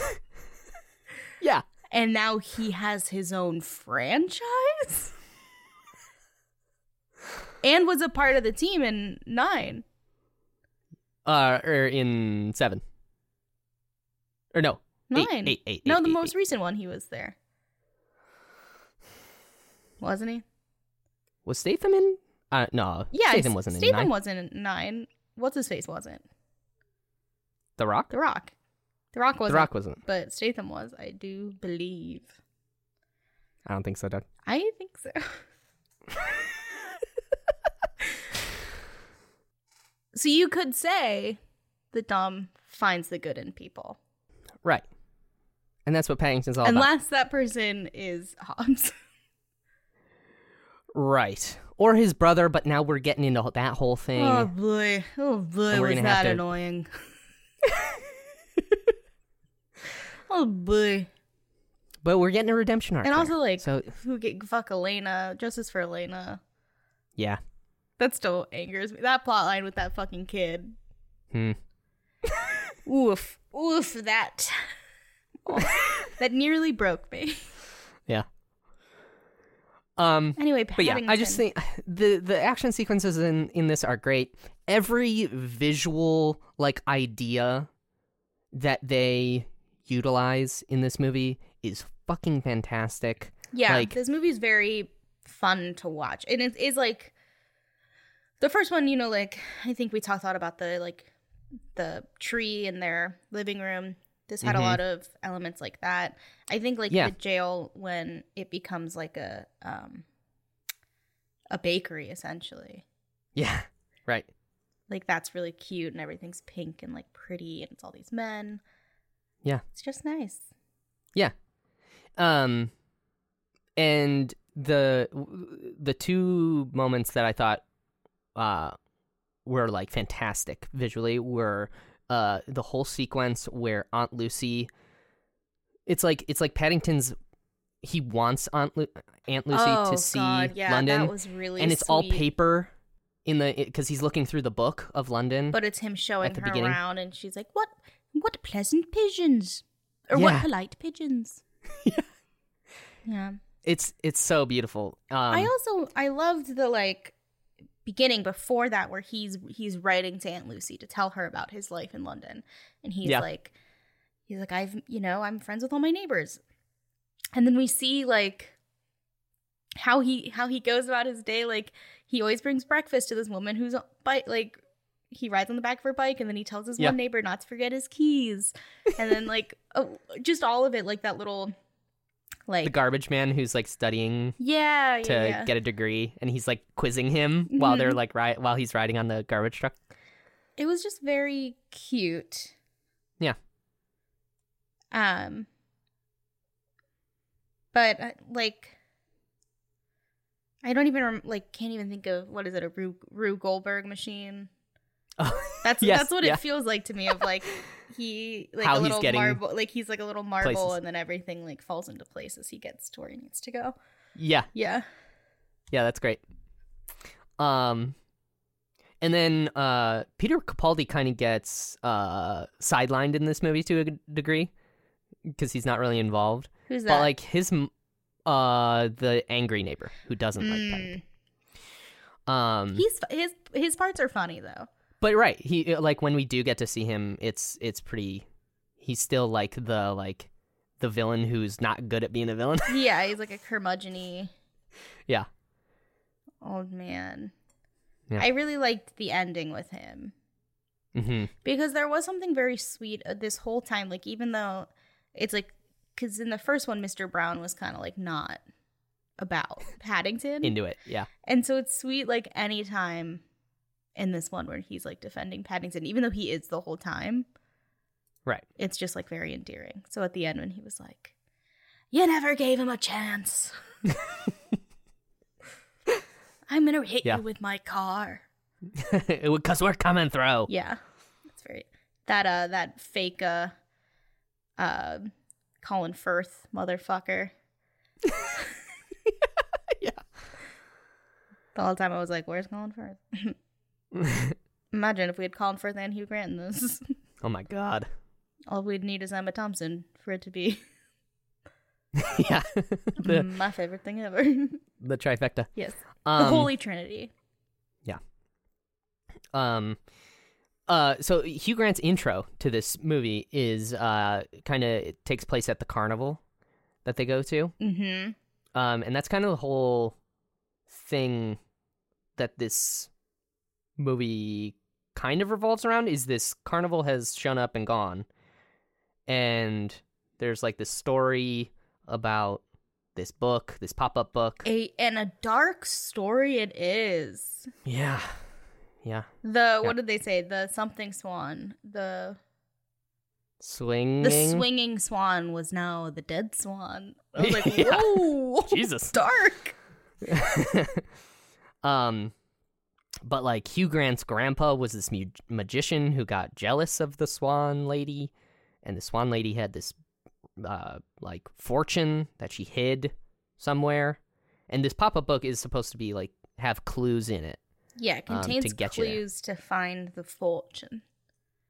Speaker 2: Yeah.
Speaker 1: and now he has his own franchise and was a part of the team in nine
Speaker 2: Uh or in 7. Or no.
Speaker 1: nine
Speaker 2: eight, eight, eight,
Speaker 1: no
Speaker 2: eight,
Speaker 1: the
Speaker 2: eight,
Speaker 1: most
Speaker 2: eight.
Speaker 1: recent one he was there wasn't he
Speaker 2: Was Statham in? Uh no.
Speaker 1: Yeah,
Speaker 2: Statham
Speaker 1: S-
Speaker 2: wasn't in.
Speaker 1: Statham
Speaker 2: nine.
Speaker 1: wasn't in nine. What's his face wasn't.
Speaker 2: the Rock?
Speaker 1: The Rock. The Rock
Speaker 2: The
Speaker 1: wasn't.
Speaker 2: Rock wasn't.
Speaker 1: But Statham was, I do believe.
Speaker 2: I don't think so, Doug.
Speaker 1: I think so. <laughs> so you could say the Dom finds the good in people,
Speaker 2: Right. And that's what Paddington's all about.
Speaker 1: unless that person is
Speaker 2: <laughs>
Speaker 1: Hobbs.
Speaker 2: Right. Or his brother, but now we're getting into that whole thing.
Speaker 1: Oh boy! Oh boy!
Speaker 2: And we're
Speaker 1: Was
Speaker 2: gonna have
Speaker 1: that
Speaker 2: to-
Speaker 1: annoying? <laughs> oh boy!
Speaker 2: but we're getting a redemption arc.
Speaker 1: And
Speaker 2: there.
Speaker 1: also, like,
Speaker 2: so
Speaker 1: who get fuck Elena? Justice for Elena.
Speaker 2: yeah.
Speaker 1: That still angers me. That plot line with that fucking kid.
Speaker 2: Hmm.
Speaker 1: <laughs> Oof. Oof
Speaker 2: <laughs>
Speaker 1: that. that nearly broke me. <laughs>
Speaker 2: Yeah. Um
Speaker 1: Anyway,
Speaker 2: but yeah, I just think the the action sequences in in this are great. Every visual like idea that they utilize in this movie is fucking fantastic. <laughs>
Speaker 1: Yeah,
Speaker 2: like-
Speaker 1: this movie's very fun to watch. And it is like the first one, you know, like I think we talked a lot about the like the tree in their living room. This had
Speaker 2: Mhm.
Speaker 1: a lot of elements like that. I think like
Speaker 2: Yeah.
Speaker 1: the jail when it becomes like a um a bakery essentially.
Speaker 2: Yeah. Right.
Speaker 1: like that's really cute and everything's pink and like pretty and it's all these men.
Speaker 2: Yeah.
Speaker 1: It's just nice.
Speaker 2: Um, and the w- the two moments that I thought uh were like fantastic visually were uh the whole sequence where Aunt Lucy. It's like it's like Paddington's. He wants Aunt Lu- Aunt Lucy to see
Speaker 1: Oh, yeah,
Speaker 2: London,
Speaker 1: that was really
Speaker 2: and it's all
Speaker 1: sweet.
Speaker 2: paper in the because he's looking through the book of London.
Speaker 1: But it's him showing
Speaker 2: at the
Speaker 1: her
Speaker 2: beginning.
Speaker 1: around and she's like, What what pleasant pigeons. Or what
Speaker 2: Yeah.
Speaker 1: polite
Speaker 2: <laughs>
Speaker 1: pigeons. yeah.
Speaker 2: it's it's so beautiful. Um,
Speaker 1: I also I loved the like beginning before that where he's he's writing to Aunt Lucy to tell her about his life in London, and he's
Speaker 2: Yeah.
Speaker 1: like he's like I've you know I'm friends with all my neighbors, and then we see like how he how he goes about his day like he always brings breakfast to this woman who's on bike like he rides on the back of her bike and then he tells his
Speaker 2: Yeah.
Speaker 1: one neighbor not to forget his keys and then like <laughs> oh, just all of it like that little like
Speaker 2: the garbage man who's like studying
Speaker 1: yeah yeah,
Speaker 2: to
Speaker 1: yeah. Mm-hmm.
Speaker 2: get a degree and he's like quizzing him while they're like ri- while he's riding on the garbage truck
Speaker 1: it was just very cute.
Speaker 2: Yeah.
Speaker 1: Um but uh, like I don't even rem- like can't even think of what is it a Rue, Rue Goldberg
Speaker 2: <laughs>
Speaker 1: machine. That's
Speaker 2: Oh, Yes,
Speaker 1: that's what
Speaker 2: yeah.
Speaker 1: it feels like to me of
Speaker 2: <laughs>
Speaker 1: like he like
Speaker 2: How
Speaker 1: a
Speaker 2: he's
Speaker 1: little
Speaker 2: getting
Speaker 1: marble like he's like a little marble
Speaker 2: places.
Speaker 1: and then everything like falls into place as he gets to where he needs to go.
Speaker 2: yeah
Speaker 1: Yeah.
Speaker 2: yeah that's great um And then uh, Peter Capaldi kind of gets uh, sidelined in this movie to a g- degree because he's not really involved.
Speaker 1: Who's that?
Speaker 2: But like his, m- uh, the angry neighbor who doesn't like
Speaker 1: Mm.
Speaker 2: Peg. Um,
Speaker 1: He's his his parts are funny though.
Speaker 2: but right, he uh, like when we do get to see him, it's it's pretty. He's still like the like the villain who's not good at being a villain. <laughs>
Speaker 1: Yeah, he's like a curmudgeony
Speaker 2: yeah,
Speaker 1: old man.
Speaker 2: Yeah.
Speaker 1: I really liked the ending with him.
Speaker 2: hmm
Speaker 1: because there was something very sweet uh, this whole time like even though it's like because in the first one mr brown was kind of like not about paddington
Speaker 2: into it. Yeah, <laughs>
Speaker 1: and so it's sweet like any time in this one where he's like defending paddington even though he is the whole time
Speaker 2: Right.
Speaker 1: it's just like very endearing so at the end when he was like you never gave him a
Speaker 2: <laughs>
Speaker 1: chance i'm gonna hit
Speaker 2: Yeah.
Speaker 1: you with my car
Speaker 2: because we're coming through.
Speaker 1: yeah, that's very that uh that fake uh uh Colin Firth motherfucker.
Speaker 2: <laughs> Yeah.
Speaker 1: The whole time I was like, "Where's Colin Firth?" Imagine if we had Colin Firth and Hugh Grant in this.
Speaker 2: <laughs>
Speaker 1: <laughs>
Speaker 2: oh my god.
Speaker 1: All we'd need is Emma Thompson for it to <laughs> be
Speaker 2: yeah, <laughs> the
Speaker 1: <laughs> my favorite thing ever.
Speaker 2: the trifecta.
Speaker 1: yes,
Speaker 2: Um,
Speaker 1: the e- Holy Trinity.
Speaker 2: um uh so Hugh Grant's intro to this movie is uh kind of it takes place at the carnival that they go to.
Speaker 1: Mm-hmm.
Speaker 2: Um and that's kind of the whole thing that this movie kind of revolves around is this carnival has shown up and gone. And there's like this story about this book, this pop-up book.
Speaker 1: A and a dark story it is.
Speaker 2: yeah. Yeah.
Speaker 1: The what did they say? The something swan. The
Speaker 2: Swinging.
Speaker 1: The swinging swan was now the dead
Speaker 2: <laughs>
Speaker 1: swan. I was like,
Speaker 2: Yeah.
Speaker 1: whoa,
Speaker 2: <laughs> Jesus.
Speaker 1: dark.
Speaker 2: <laughs> um but like Hugh Grant's grandpa was this mu- magician who got jealous of the swan lady and the swan lady had this uh like fortune that she hid somewhere and this pop-up book is supposed to be like have clues in it
Speaker 1: Yeah, it
Speaker 2: Um, to
Speaker 1: contains
Speaker 2: get you there.
Speaker 1: clues to find the fortune,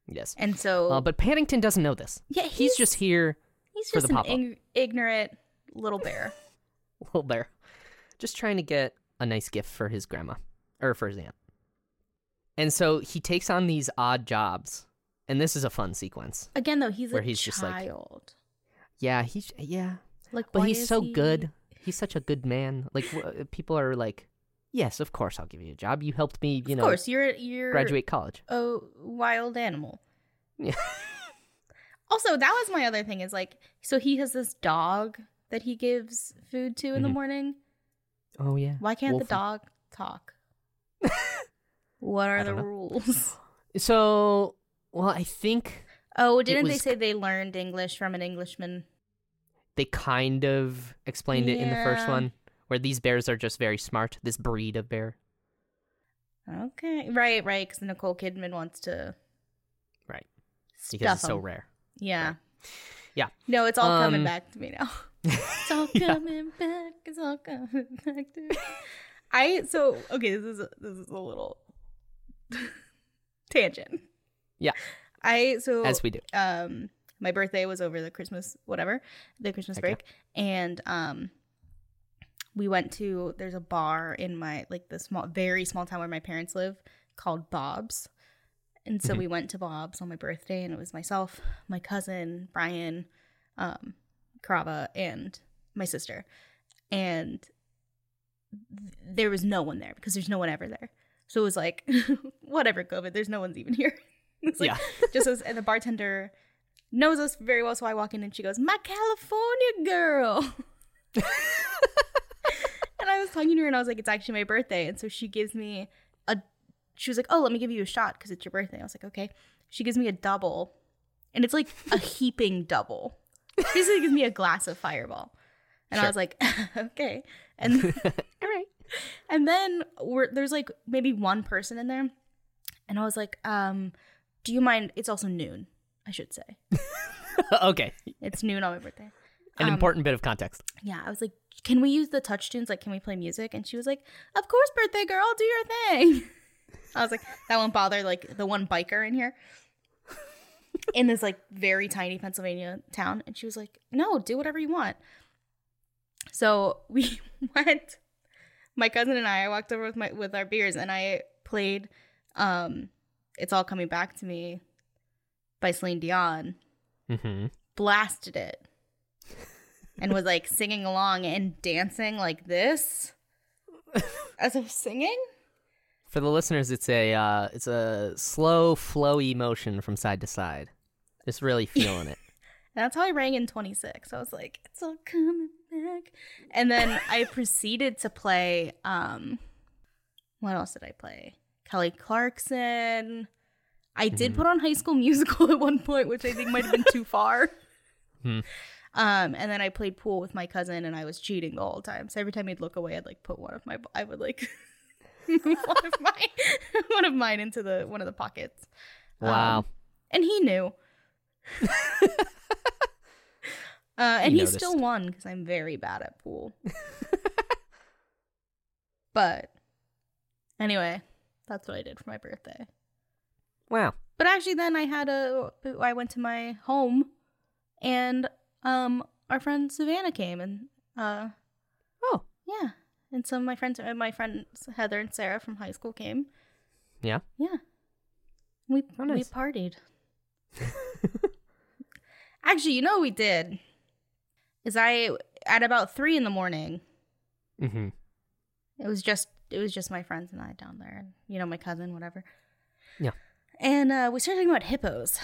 Speaker 2: yes
Speaker 1: and so
Speaker 2: uh, but Paddington doesn't know this
Speaker 1: yeah,
Speaker 2: he's, just here
Speaker 1: Oh. he's
Speaker 2: for
Speaker 1: just
Speaker 2: the
Speaker 1: an
Speaker 2: pop-up.
Speaker 1: ig- ignorant little bear.
Speaker 2: <laughs> little bear just trying to get a nice gift for his grandma or for his aunt and so he takes on these odd jobs and this is a fun sequence
Speaker 1: Again, though, he's
Speaker 2: Where
Speaker 1: a
Speaker 2: he's just like-
Speaker 1: child.
Speaker 2: Yeah, he's yeah,
Speaker 1: Just like,
Speaker 2: but
Speaker 1: why
Speaker 2: he's
Speaker 1: is
Speaker 2: so
Speaker 1: he-
Speaker 2: good. He's such a good man. Like w- people are like, yes, of course I'll give you a job. You helped me, you
Speaker 1: of
Speaker 2: know,
Speaker 1: course, you're you're
Speaker 2: graduate college.
Speaker 1: a wild animal.
Speaker 2: Yeah. <laughs>
Speaker 1: Also, that was my other thing is like, so he has this dog that he gives food to in the
Speaker 2: Mhm.
Speaker 1: morning.
Speaker 2: Oh yeah.
Speaker 1: Why can't
Speaker 2: Wolfie.
Speaker 1: the dog
Speaker 2: <laughs>
Speaker 1: talk? what are
Speaker 2: I
Speaker 1: the
Speaker 2: don't know.
Speaker 1: rules?
Speaker 2: <laughs> So, well, I think
Speaker 1: Oh, didn't they
Speaker 2: was-
Speaker 1: say they learned English from an Englishman?
Speaker 2: they kind of explained it in the first
Speaker 1: Yeah.
Speaker 2: one, where these bears are just very smart. This breed of bear,
Speaker 1: Okay, right, right, because Nicole Kidman wants to
Speaker 2: Right.
Speaker 1: stuff
Speaker 2: because it's so
Speaker 1: him.
Speaker 2: rare.
Speaker 1: Yeah,
Speaker 2: right. Yeah.
Speaker 1: No, it's all coming
Speaker 2: Um,
Speaker 1: back to me
Speaker 2: <laughs>
Speaker 1: now. It's all
Speaker 2: Yeah.
Speaker 1: coming back. It's all coming back to me. I so okay. This is a, this is a little <laughs> tangent.
Speaker 2: Yeah.
Speaker 1: I so
Speaker 2: As we do.
Speaker 1: um my birthday was over the christmas whatever the christmas
Speaker 2: Heck yeah.
Speaker 1: break and um we went to there's a bar in my like the small very small town where my parents live called bob's and so
Speaker 2: Mhm.
Speaker 1: we went to bob's on my birthday and it was myself my cousin brian um Carava and my sister and th- there was no one there because there's no one ever there so it was like <laughs> whatever covid there's no one's even here it's like
Speaker 2: yeah.
Speaker 1: just as and the bartender knows us very well so i walk in and she goes my california girl <laughs> and i was talking to her and i was like it's actually my birthday and so she gives me a she was like oh let me give you a shot because it's your birthday i was like okay she gives me a double and it's like <laughs> a heaping double she basically gives me a glass of fireball and i
Speaker 2: Sure.
Speaker 1: was like <laughs> okay and <laughs> all right and then we're, there's like maybe one person in there and i was like um do you mind it's also noon i should say
Speaker 2: <laughs> okay.
Speaker 1: it's noon on my birthday.
Speaker 2: An
Speaker 1: Um,
Speaker 2: important bit of context.
Speaker 1: Yeah, I was like, can we use the touch tunes? Like, can we play music? And she was like, of course, birthday girl, do your thing. <laughs> I was like, that won't bother like the one biker in here <laughs> in this like very tiny Pennsylvania town. And she was like, no, do whatever you want. So <laughs> we went. My cousin and I, I walked over with my with our beers and I played um It's All Coming Back to Me by Celine Dion,
Speaker 2: Mm-hmm.
Speaker 1: blasted it. <laughs> And was like singing along and dancing like this as I'm singing.
Speaker 2: For the listeners, it's a uh, it's a slow, flowy motion from side to side.
Speaker 1: <laughs>
Speaker 2: Just really feeling it.
Speaker 1: And that's how I rang in 26. I was like, it's all coming back. And then I proceeded to play, um, what else did I play? Kelly Clarkson. I did put on High School Musical at one point, which I think might have been too far.
Speaker 2: Hmm.
Speaker 1: Um, and then I played pool with my cousin, and I was cheating the whole time. So every time he'd look away, I'd like put one of my, I would like <laughs> move one of my, <laughs> one of mine into the one of the pockets.
Speaker 2: Wow.
Speaker 1: Um, and he
Speaker 2: <laughs>
Speaker 1: knew. Uh, and
Speaker 2: He
Speaker 1: he, still
Speaker 2: noticed.
Speaker 1: won because I'm very bad at pool. <laughs> but anyway, that's what I did for my birthday.
Speaker 2: wow.
Speaker 1: But actually, then I had a. I went to my home, and um, our friend Savannah came, and uh,
Speaker 2: Oh. <laughs>
Speaker 1: yeah, and some of my friends, uh, my friends Heather and Sarah from high school came.
Speaker 2: Yeah.
Speaker 1: Yeah. We
Speaker 2: Oh, nice.
Speaker 1: we partied. Actually, you know what we did? Is I at about three in the morning,
Speaker 2: Mm-hmm.
Speaker 1: it was just it was just my friends and I down there and you know, my cousin, whatever.
Speaker 2: Yeah.
Speaker 1: And uh, we started talking about hippos,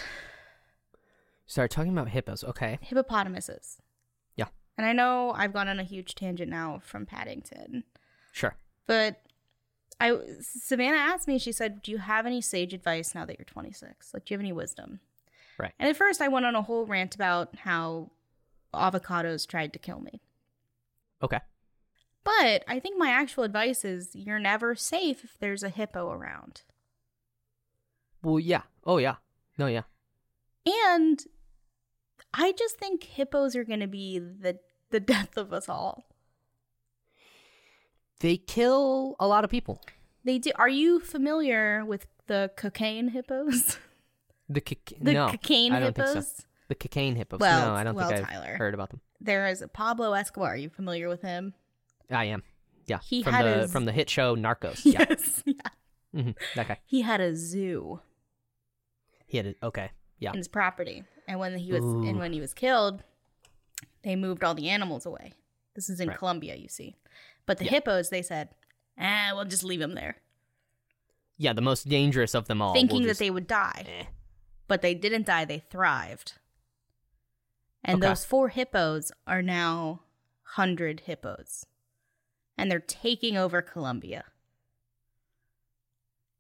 Speaker 2: Start talking about hippos. Okay.
Speaker 1: hippopotamuses.
Speaker 2: Yeah.
Speaker 1: And I know I've gone on a huge tangent now from Paddington.
Speaker 2: Sure.
Speaker 1: But I Savannah asked me, she said, Do you have any sage advice now that you're 26? Like, do you have any wisdom?
Speaker 2: Right.
Speaker 1: And at first, I went on a whole rant about how avocados tried to kill me.
Speaker 2: Okay.
Speaker 1: But I think my actual advice is you're never safe if there's a hippo around.
Speaker 2: Well, yeah. Oh, yeah. No, yeah.
Speaker 1: And I just think hippos are going to be the, the <laughs> death of us all.
Speaker 2: They kill a lot of people.
Speaker 1: They do. Are you familiar with the cocaine hippos? <laughs>
Speaker 2: The, coca-
Speaker 1: The
Speaker 2: no,
Speaker 1: cocaine
Speaker 2: I don't
Speaker 1: hippos?
Speaker 2: Think so. The cocaine hippos.
Speaker 1: Well,
Speaker 2: no, I don't
Speaker 1: well,
Speaker 2: think I've
Speaker 1: Tyler.
Speaker 2: heard about them.
Speaker 1: There is Pablo Escobar. Are you familiar with him?
Speaker 2: I am. Yeah.
Speaker 1: He
Speaker 2: from
Speaker 1: had
Speaker 2: the
Speaker 1: his-
Speaker 2: from the hit
Speaker 1: <laughs>
Speaker 2: show Narcos. Yeah.
Speaker 1: Yes. Yeah.
Speaker 2: hmm That guy.
Speaker 1: He had a zoo
Speaker 2: He had it. Okay. Yeah.
Speaker 1: in his property. And when he was
Speaker 2: Ooh.
Speaker 1: and when he was killed, they moved all the animals away. This is in
Speaker 2: Right.
Speaker 1: Colombia, you see. But the hippos, they said, "Ah, we'll just leave them there."
Speaker 2: Yeah. The most dangerous of them all.
Speaker 1: thinking
Speaker 2: We'll
Speaker 1: that they would die.
Speaker 2: Eh.
Speaker 1: But they didn't die, they thrived. And
Speaker 2: Okay.
Speaker 1: those four hippos are now 100 hippos. And they're taking over Colombia.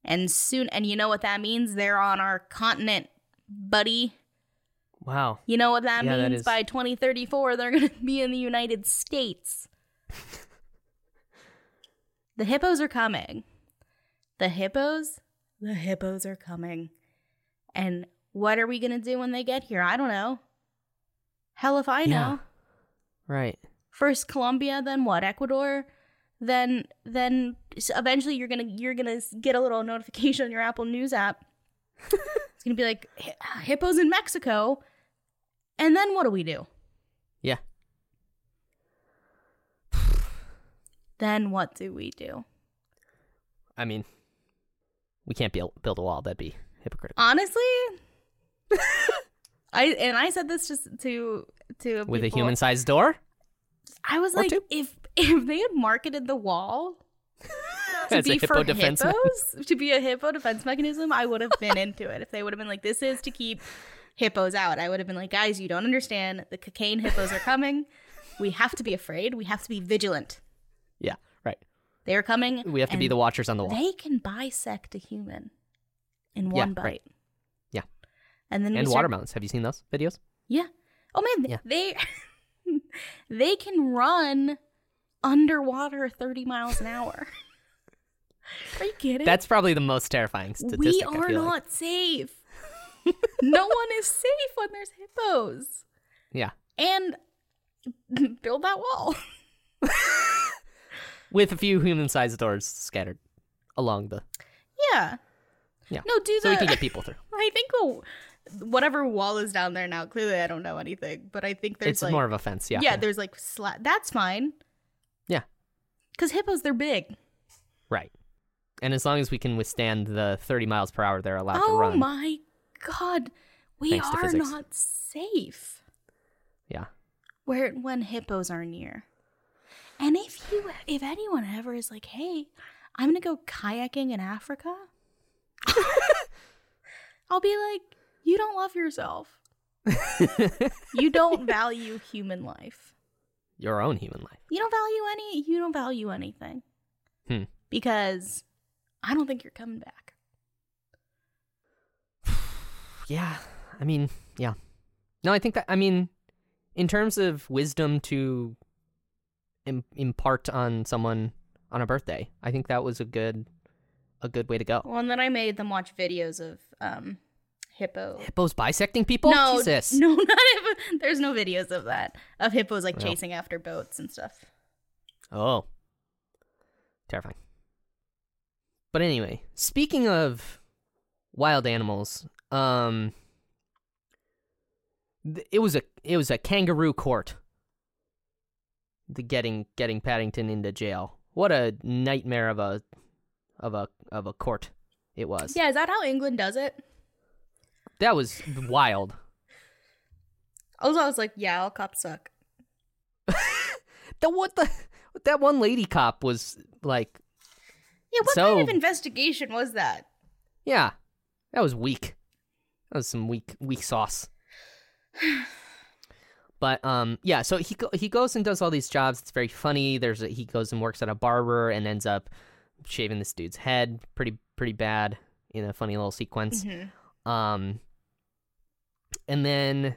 Speaker 1: And soon, and you know what that means? They're on our continent, buddy.
Speaker 2: just- Wow.
Speaker 1: You know what that
Speaker 2: Yeah, that
Speaker 1: means?
Speaker 2: is-
Speaker 1: By 2034, they're going to <laughs> be in the United
Speaker 2: <laughs>
Speaker 1: States. the hippos are coming. The hippos, the hippos are coming. And what are we going to do when they get here? I don't know. Hell if I know.
Speaker 2: Yeah. Right.
Speaker 1: First Colombia, then what? Ecuador? Then then s- eventually you're going to you're going to get a little <laughs> notification on your Apple News app. it's going to be like "Hi- hippos in Mexico. And then what do we do?
Speaker 2: Yeah.
Speaker 1: Then what do we do?
Speaker 2: I mean, we can't build build a wall. That'd be hypocritical.
Speaker 1: honestly <laughs> i and i said this just to to
Speaker 2: With a
Speaker 1: people.
Speaker 2: human sized door.
Speaker 1: i was
Speaker 2: or
Speaker 1: like
Speaker 2: two.
Speaker 1: if <laughs> if they had marketed the wall to
Speaker 2: As a
Speaker 1: be
Speaker 2: hippo
Speaker 1: for
Speaker 2: defense
Speaker 1: hippos to be a hippo defense mechanism i would have been into it if they would have been like this is to keep hippos out i would have been like guys you don't understand the cocaine hippos are coming we have to be afraid we have to be vigilant
Speaker 2: Yeah. Right.
Speaker 1: they're coming
Speaker 2: We have to be
Speaker 1: and
Speaker 2: the watchers on the wall.
Speaker 1: they can bisect a human in
Speaker 2: Yeah,
Speaker 1: one bite
Speaker 2: right. Yeah.
Speaker 1: and then we
Speaker 2: And
Speaker 1: start
Speaker 2: watermelons. Have you seen those videos?
Speaker 1: Yeah. Oh man,
Speaker 2: Yeah.
Speaker 1: they <laughs> they can run underwater 30 miles an hour. <laughs> are you kidding?
Speaker 2: That's probably the most terrifying statistic.
Speaker 1: we
Speaker 2: I
Speaker 1: are
Speaker 2: feel like.
Speaker 1: not safe.
Speaker 2: <laughs>
Speaker 1: no one is safe when there's hippos.
Speaker 2: Yeah.
Speaker 1: And <laughs> build that wall. <laughs>
Speaker 2: With a few human sized doors scattered along the
Speaker 1: Yeah.
Speaker 2: Yeah.
Speaker 1: No, do the.
Speaker 2: so
Speaker 1: <laughs>
Speaker 2: we can get people through.
Speaker 1: I think the, whatever wall is down there now. Clearly, I don't know anything, but I think there's
Speaker 2: it's
Speaker 1: like
Speaker 2: more of a fence, yeah.
Speaker 1: yeah. there's like slat. That's fine.
Speaker 2: Yeah.
Speaker 1: Because hippos, they're big.
Speaker 2: right. And as long as we can withstand the 30 miles per hour, they're allowed to
Speaker 1: Oh
Speaker 2: run.
Speaker 1: my god, we
Speaker 2: Thanks to
Speaker 1: are
Speaker 2: physics.
Speaker 1: not safe
Speaker 2: Yeah. <laughs>
Speaker 1: where when hippos are near. And if you, if anyone ever is like, hey, I'm gonna go kayaking in Africa, <laughs> I'll be like, you don't love yourself. You
Speaker 2: <laughs>
Speaker 1: don't value human life.
Speaker 2: Your own human life.
Speaker 1: you don't value any you don't value anything
Speaker 2: Hmm.
Speaker 1: because i don't think you're coming back
Speaker 2: Yeah. I mean, yeah. No, I think that, I mean, in terms of wisdom to Im- impart on someone on a birthday, I think that was a good, a good way to go.
Speaker 1: well and then i made them watch videos of um hippo
Speaker 2: Hippos bisecting people?
Speaker 1: no <laughs>
Speaker 2: Jesus.
Speaker 1: no not hippo. there's no videos of that of hippos like
Speaker 2: Well.
Speaker 1: chasing after boats and stuff
Speaker 2: Oh. Terrifying. But anyway, speaking of wild animals, um th- it was a it was a kangaroo court. The getting getting Paddington into jail. What a nightmare of a of a of a court it was.
Speaker 1: yeah is that how england does it
Speaker 2: That was wild.
Speaker 1: also i was like yeah all cops suck
Speaker 2: The what the that one lady cop was like,
Speaker 1: yeah what
Speaker 2: So-
Speaker 1: kind of investigation was that
Speaker 2: yeah. That was weak. That was some weak weak sauce. <sighs> But um, yeah. So he go- he goes and does all these jobs. It's very funny. There's a, he goes and works at a barber and ends up shaving this dude's head pretty pretty bad in a funny little sequence.
Speaker 1: Mhm.
Speaker 2: Um, and then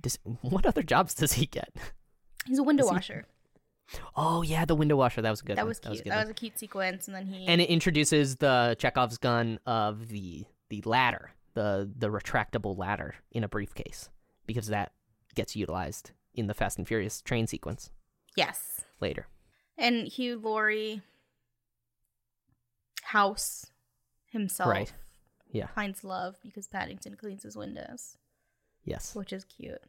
Speaker 2: does, what other jobs does he get? <laughs>
Speaker 1: he's a window
Speaker 2: Is he-
Speaker 1: washer
Speaker 2: Oh yeah, the window washer. That was a good.
Speaker 1: that
Speaker 2: one.
Speaker 1: was cute that was,
Speaker 2: a good one.
Speaker 1: a cute sequence and then he
Speaker 2: and it introduces the Chekhov's gun of the the ladder, the the retractable ladder in a briefcase, because that gets utilized in the Fast and Furious train sequence
Speaker 1: yes
Speaker 2: later.
Speaker 1: and Hugh Laurie house himself
Speaker 2: Right. Yeah.
Speaker 1: finds love because Paddington cleans his windows,
Speaker 2: Yes,
Speaker 1: which is cute.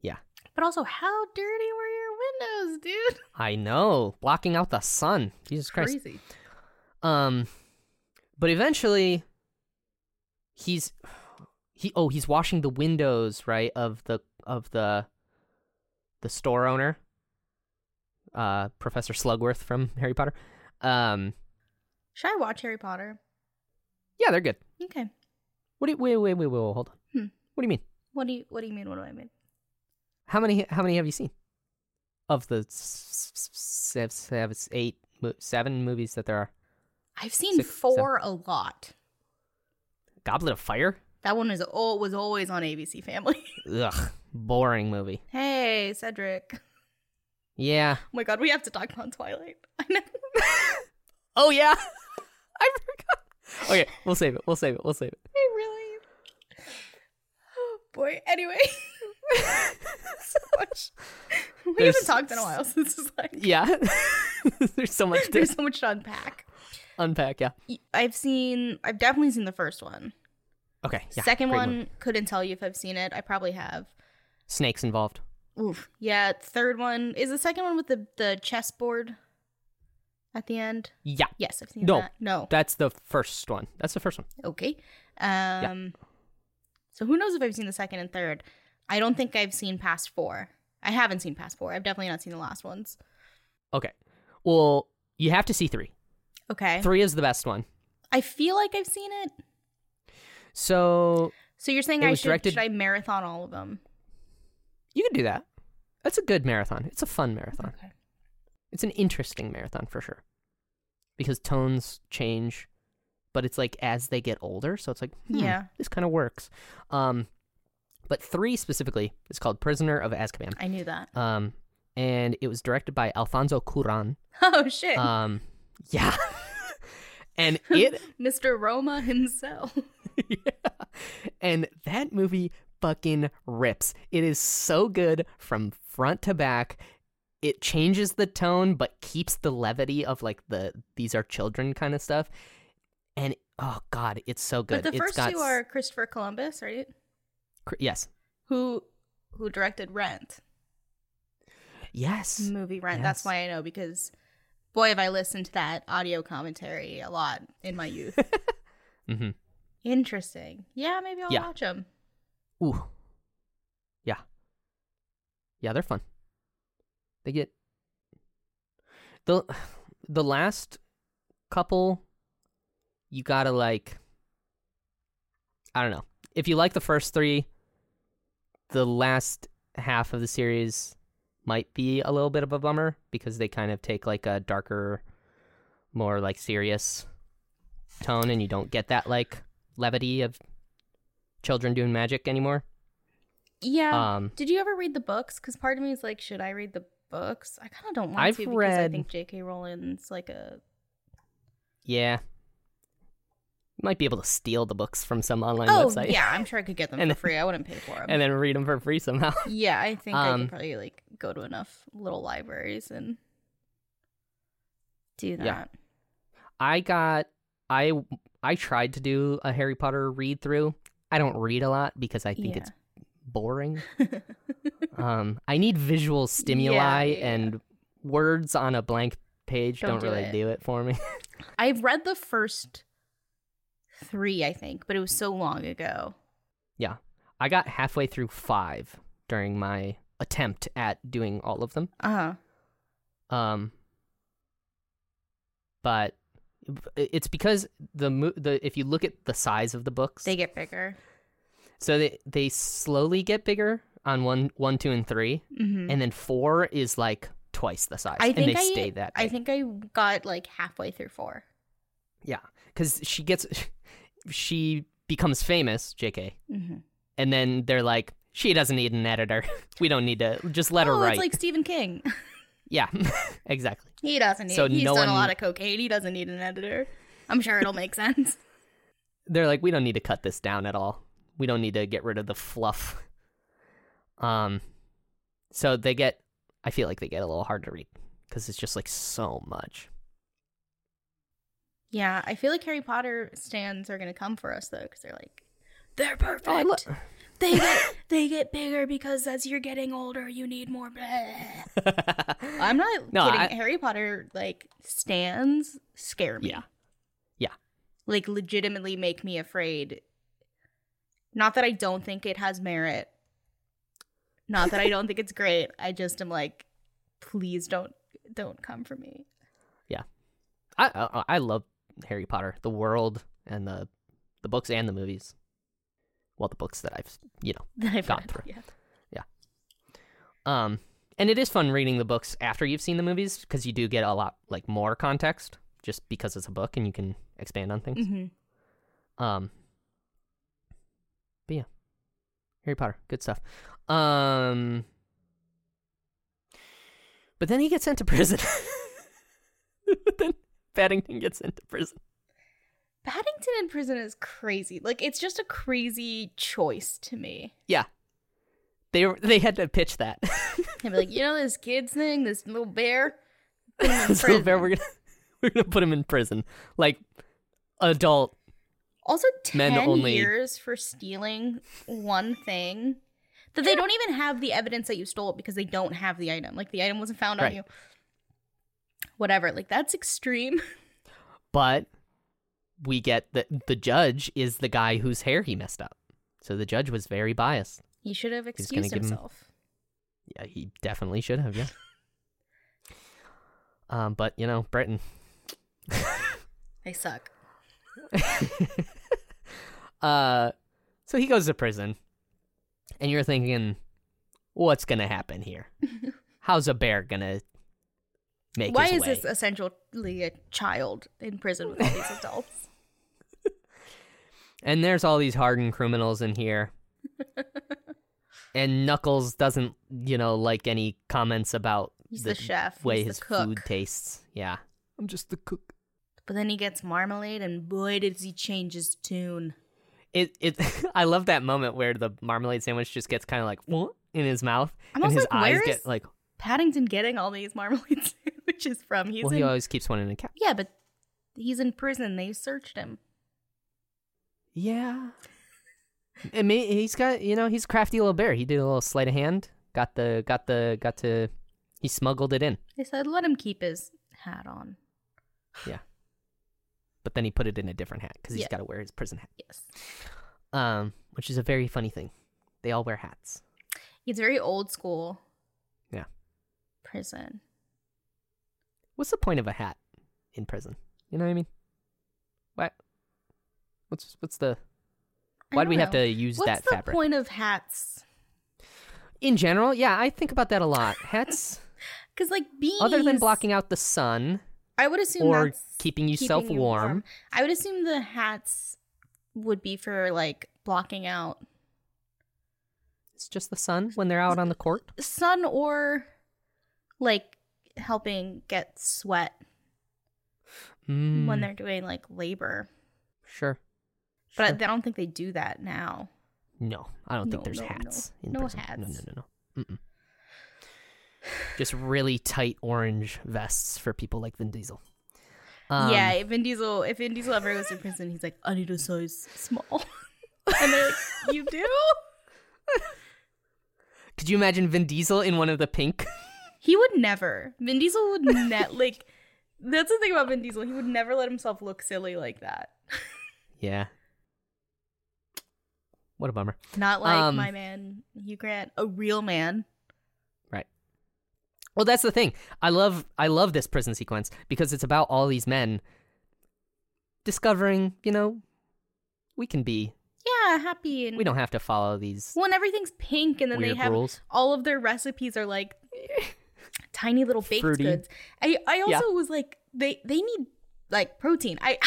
Speaker 2: Yeah.
Speaker 1: But also, how dirty were your windows, dude?
Speaker 2: I know, blocking out the sun. Jesus Christ.
Speaker 1: Crazy.
Speaker 2: Um, but eventually, he's he oh he's washing the windows right of the of the the store owner, uh, Professor Slugworth from Harry Potter. Um,
Speaker 1: Should I watch Harry Potter?
Speaker 2: yeah, they're good.
Speaker 1: Okay.
Speaker 2: What do you, wait, wait, wait, wait, wait, hold on.
Speaker 1: Hmm.
Speaker 2: What do you mean?
Speaker 1: What do you What do you mean? What do I mean?
Speaker 2: How many? How many have you seen? Of the s- s- sev- sev- eight, mo- seven movies that there are,
Speaker 1: I've seen
Speaker 2: Six,
Speaker 1: four a lot.
Speaker 2: Goblet of Fire.
Speaker 1: That one is all was always on ABC Family. <laughs>
Speaker 2: Ugh, boring movie.
Speaker 1: hey, Cedric.
Speaker 2: Yeah.
Speaker 1: Oh my God, we have to talk about Twilight. <laughs> I know.
Speaker 2: Oh yeah. <laughs> I forgot. Okay, we'll save it. We'll save it. We'll save it.
Speaker 1: I really. Oh <gasps> boy. Anyway. <laughs> so much. We haven't
Speaker 2: There's-
Speaker 1: talked in a while, so this is like
Speaker 2: Yeah. <laughs> There's so much
Speaker 1: <laughs>
Speaker 2: to
Speaker 1: there's so much to unpack.
Speaker 2: unpack. Yeah.
Speaker 1: I've seen I've definitely seen the first one.
Speaker 2: Okay. Yeah,
Speaker 1: Second
Speaker 2: great
Speaker 1: one
Speaker 2: movie.
Speaker 1: couldn't tell you if I've seen it. I probably have.
Speaker 2: Snakes involved.
Speaker 1: Oof. Yeah, third one is the second one with the the chessboard at the end.
Speaker 2: Yeah.
Speaker 1: Yes, I've seen
Speaker 2: No.
Speaker 1: that. No.
Speaker 2: That's the first one. That's the first one.
Speaker 1: Okay. Um So who knows if I've seen the second and third? I don't think I've seen past 4. I haven't seen past 4. I've definitely not seen the last ones.
Speaker 2: Okay. Well, you have to see three.
Speaker 1: Okay.
Speaker 2: Three is the best one.
Speaker 1: I feel like I've seen it.
Speaker 2: So
Speaker 1: So you're saying
Speaker 2: It
Speaker 1: I
Speaker 2: was
Speaker 1: should
Speaker 2: directed-
Speaker 1: should I marathon all of them?
Speaker 2: You can do that. That's a good marathon. It's a fun marathon.
Speaker 1: Okay.
Speaker 2: It's an interesting marathon for sure. Because tones change, but it's like as they get older, so it's like, hmm,
Speaker 1: Yeah.
Speaker 2: this kind of works. Um but 3 specifically is called Prisoner of Azkaban.
Speaker 1: I knew that. <laughs>
Speaker 2: Um and it was directed by Alfonso Cuarón.
Speaker 1: Oh shit.
Speaker 2: Um yeah. <laughs> and
Speaker 1: <laughs>
Speaker 2: it
Speaker 1: Mr. Roma himself. <laughs>
Speaker 2: <laughs> yeah. And that movie fucking rips. It is so good from front to back. It changes the tone but keeps the levity of like the these are children kind of stuff. and oh god, it's so good.
Speaker 1: But the
Speaker 2: It's
Speaker 1: first
Speaker 2: got
Speaker 1: two
Speaker 2: s-
Speaker 1: are Christopher Columbus, right?
Speaker 2: cr- yes,
Speaker 1: Who who directed Rent?
Speaker 2: yes.
Speaker 1: Movie Rent.
Speaker 2: Yes.
Speaker 1: That's why I know because boy have I listened to that audio commentary a lot in my
Speaker 2: <laughs>
Speaker 1: youth.
Speaker 2: hmm
Speaker 1: Interesting. Yeah, maybe I'll
Speaker 2: Yeah.
Speaker 1: watch them.
Speaker 2: Ooh, yeah, yeah. They're fun. They get the the last couple. You gotta like. I don't know. If you like the first three, the last half of the series might be a little bit of a bummer because they kind of take like a darker, more like serious tone, and you don't get that like levity of children doing magic anymore.
Speaker 1: Yeah.
Speaker 2: Um,
Speaker 1: Did you ever read the books? Because part of me is like, should I read the books? I kind of don't want
Speaker 2: I've
Speaker 1: to because I
Speaker 2: read-
Speaker 1: think J.K. Rowling's like a
Speaker 2: yeah, you might be able to steal the books from some online
Speaker 1: oh
Speaker 2: website.
Speaker 1: yeah, I'm sure I could get them
Speaker 2: And
Speaker 1: for
Speaker 2: then-
Speaker 1: free. I wouldn't pay for them.
Speaker 2: <laughs> and then read them for free somehow. <laughs>
Speaker 1: yeah, I think I
Speaker 2: Um,
Speaker 1: could probably like go to enough little libraries and do that.
Speaker 2: Yeah. I got I I tried to do a Harry Potter read through. I don't read a lot because I think
Speaker 1: Yeah.
Speaker 2: it's boring.
Speaker 1: <laughs>
Speaker 2: um, I need visual
Speaker 1: yeah,
Speaker 2: stimuli
Speaker 1: yeah.
Speaker 2: and words on a blank page
Speaker 1: Don't
Speaker 2: don't,
Speaker 1: do
Speaker 2: really
Speaker 1: it.
Speaker 2: do it for me. <laughs>
Speaker 1: I've read the first three, I think, but it was so long ago.
Speaker 2: I got halfway through 5 during my attempt at doing all of them.
Speaker 1: Uh huh.
Speaker 2: Um, but it's because the mo- the if you look at the size of the books,
Speaker 1: They get bigger.
Speaker 2: so they they slowly get bigger on one, one, two, and 3
Speaker 1: Mm-hmm.
Speaker 2: and then four is like twice the size,
Speaker 1: I
Speaker 2: and
Speaker 1: think
Speaker 2: they
Speaker 1: I-
Speaker 2: stay that.
Speaker 1: I
Speaker 2: big.
Speaker 1: think I got like halfway through four.
Speaker 2: yeah, because she gets she becomes famous, J.K.,
Speaker 1: Mm-hmm.
Speaker 2: and then they're like, she doesn't need an editor. <laughs> we don't need to just let her
Speaker 1: oh,
Speaker 2: write.
Speaker 1: it's like Stephen King. <laughs>
Speaker 2: yeah, <laughs> exactly.
Speaker 1: He doesn't need.
Speaker 2: So
Speaker 1: he's
Speaker 2: no
Speaker 1: done a
Speaker 2: one-
Speaker 1: lot of cocaine. He doesn't need an editor. I'm sure it'll make <laughs> sense.
Speaker 2: they're like, we don't need to cut this down at all. We don't need to get rid of the fluff. <laughs> Um, so they get, I feel like they get a little hard to read because it's just like so much.
Speaker 1: Yeah, I feel like Harry Potter stands are gonna come for us though, because they're like, they're perfect. <laughs>
Speaker 2: Oh, I lo-
Speaker 1: they get they get bigger because as you're getting older, you need more. bleh." I'm not
Speaker 2: No,
Speaker 1: kidding.
Speaker 2: <laughs> I-
Speaker 1: Harry Potter like stands scare me.
Speaker 2: Yeah. Yeah.
Speaker 1: Like legitimately make me afraid. Not that I don't think it has merit. Not that I don't think it's great. I just am like, please don't don't come for me. <laughs>
Speaker 2: I, I I love Harry Potter, the world and the the books and the movies. Well, the books that I've you know.
Speaker 1: That I've
Speaker 2: Gone
Speaker 1: read.
Speaker 2: through.
Speaker 1: Yeah.
Speaker 2: Um, and it is fun reading the books after you've seen the movies because you do get a lot like more context just because it's a book and you can expand on things.
Speaker 1: Mm-hmm.
Speaker 2: Um, but yeah, Harry Potter, good stuff. Um, but then he gets sent to prison. <laughs> then Paddington gets sent to prison.
Speaker 1: Paddington in prison is crazy. Like it's just a crazy choice to me.
Speaker 2: They were- they had to pitch that. <laughs>
Speaker 1: I'd be like, you know, this kid's thing, this little bear. put
Speaker 2: <laughs>
Speaker 1: him in
Speaker 2: so Bear,
Speaker 1: prison.
Speaker 2: we're gonna we're gonna put him in prison, like adult.
Speaker 1: Also, ten
Speaker 2: Men only.
Speaker 1: years for stealing one thing that they don't even have the evidence that you stole it because they don't have the item. Like the item wasn't found on
Speaker 2: Right.
Speaker 1: you. Whatever. Like that's extreme. <laughs>
Speaker 2: But we get that the judge is the guy whose hair he messed up. So the judge was very biased.
Speaker 1: He should have
Speaker 2: He's gonna
Speaker 1: excused
Speaker 2: give him-
Speaker 1: himself.
Speaker 2: Yeah, he definitely should have.
Speaker 1: <laughs>
Speaker 2: Yeah. um, but you know, Britain.
Speaker 1: They suck.
Speaker 2: Uh, so he goes to prison, and you're thinking, what's gonna
Speaker 1: <laughs>
Speaker 2: happen here? How's a bear gonna make
Speaker 1: Why is
Speaker 2: his way?
Speaker 1: this essentially a child in prison with all
Speaker 2: <laughs>
Speaker 1: these adults? <laughs>
Speaker 2: And there's all these hardened criminals in here. and Knuckles doesn't, you know, like any comments about
Speaker 1: He's the,
Speaker 2: the
Speaker 1: chef.
Speaker 2: way
Speaker 1: he's
Speaker 2: his
Speaker 1: the cook.
Speaker 2: food tastes. Yeah. I'm just the cook.
Speaker 1: But then he gets marmalade, and boy, does he change his tune.
Speaker 2: it
Speaker 1: <laughs>
Speaker 2: it I love that moment where the marmalade sandwich just gets kind of like "What?" in his mouth
Speaker 1: I'm
Speaker 2: and
Speaker 1: also
Speaker 2: his
Speaker 1: like,
Speaker 2: eyes
Speaker 1: where is
Speaker 2: get like
Speaker 1: <laughs> Paddington getting all these marmalade sandwiches from? He's
Speaker 2: well
Speaker 1: in
Speaker 2: he always keeps one in a cap.
Speaker 1: Yeah, but He's in prison. They searched him.
Speaker 2: <laughs> Yeah. I mean, he's got you know he's a crafty little bear. He did a little sleight of hand. Got the got the got to. He smuggled it in,
Speaker 1: They said, let him keep his hat on.
Speaker 2: but then he put it in a different hat because he's
Speaker 1: Yeah.
Speaker 2: got to wear his prison hat.
Speaker 1: Yes.
Speaker 2: Um, which is a very funny thing. They all wear hats.
Speaker 1: It's very old school.
Speaker 2: Yeah.
Speaker 1: Prison.
Speaker 2: What's the point of a hat in prison? You know what I mean? What? What's what's the?
Speaker 1: I
Speaker 2: Why do we
Speaker 1: don't
Speaker 2: have
Speaker 1: know.
Speaker 2: to use
Speaker 1: What's
Speaker 2: that
Speaker 1: the
Speaker 2: fabric?
Speaker 1: point of hats?
Speaker 2: In general, yeah, I think about that a lot. Hats,
Speaker 1: Because like beanies,
Speaker 2: other than blocking out the sun
Speaker 1: I would assume
Speaker 2: or
Speaker 1: that's
Speaker 2: keeping yourself
Speaker 1: keeping you
Speaker 2: warm.
Speaker 1: I would assume the hats would be for like blocking out
Speaker 2: it's just the sun when they're out on the court.
Speaker 1: sun or like helping get sweat
Speaker 2: Mm,
Speaker 1: when they're doing like labor.
Speaker 2: sure.
Speaker 1: But
Speaker 2: Sure.
Speaker 1: I don't think they do that now.
Speaker 2: no, I don't think
Speaker 1: No,
Speaker 2: there's
Speaker 1: no, no.
Speaker 2: hats in
Speaker 1: No
Speaker 2: prison. No, no,
Speaker 1: hats.
Speaker 2: no, no. Mm-mm. Just really tight orange vests for people like Vin Diesel. Um,
Speaker 1: yeah, if Vin Diesel, if Vin Diesel ever goes to prison, he's like, I need a size small. <laughs> and they're like, you do?
Speaker 2: Could you imagine Vin Diesel in one of the pink? <laughs>
Speaker 1: He would never. Vin Diesel would net like. That's the thing about Vin Diesel. He would never let himself look silly like that.
Speaker 2: Yeah. What a bummer.
Speaker 1: Not like
Speaker 2: Um,
Speaker 1: my man Hugh Grant, a real man.
Speaker 2: Well, that's the thing. I love I love this prison sequence because it's about all these men discovering, you know, we can be.
Speaker 1: Yeah, happy and
Speaker 2: We don't have to follow
Speaker 1: <laughs>
Speaker 2: these
Speaker 1: Well, and everything's pink, and then
Speaker 2: weird
Speaker 1: they have
Speaker 2: rules.
Speaker 1: all of their recipes are like <laughs> tiny little baked
Speaker 2: Fruity.
Speaker 1: goods. I I also
Speaker 2: Yeah.
Speaker 1: was like, they they need like protein. I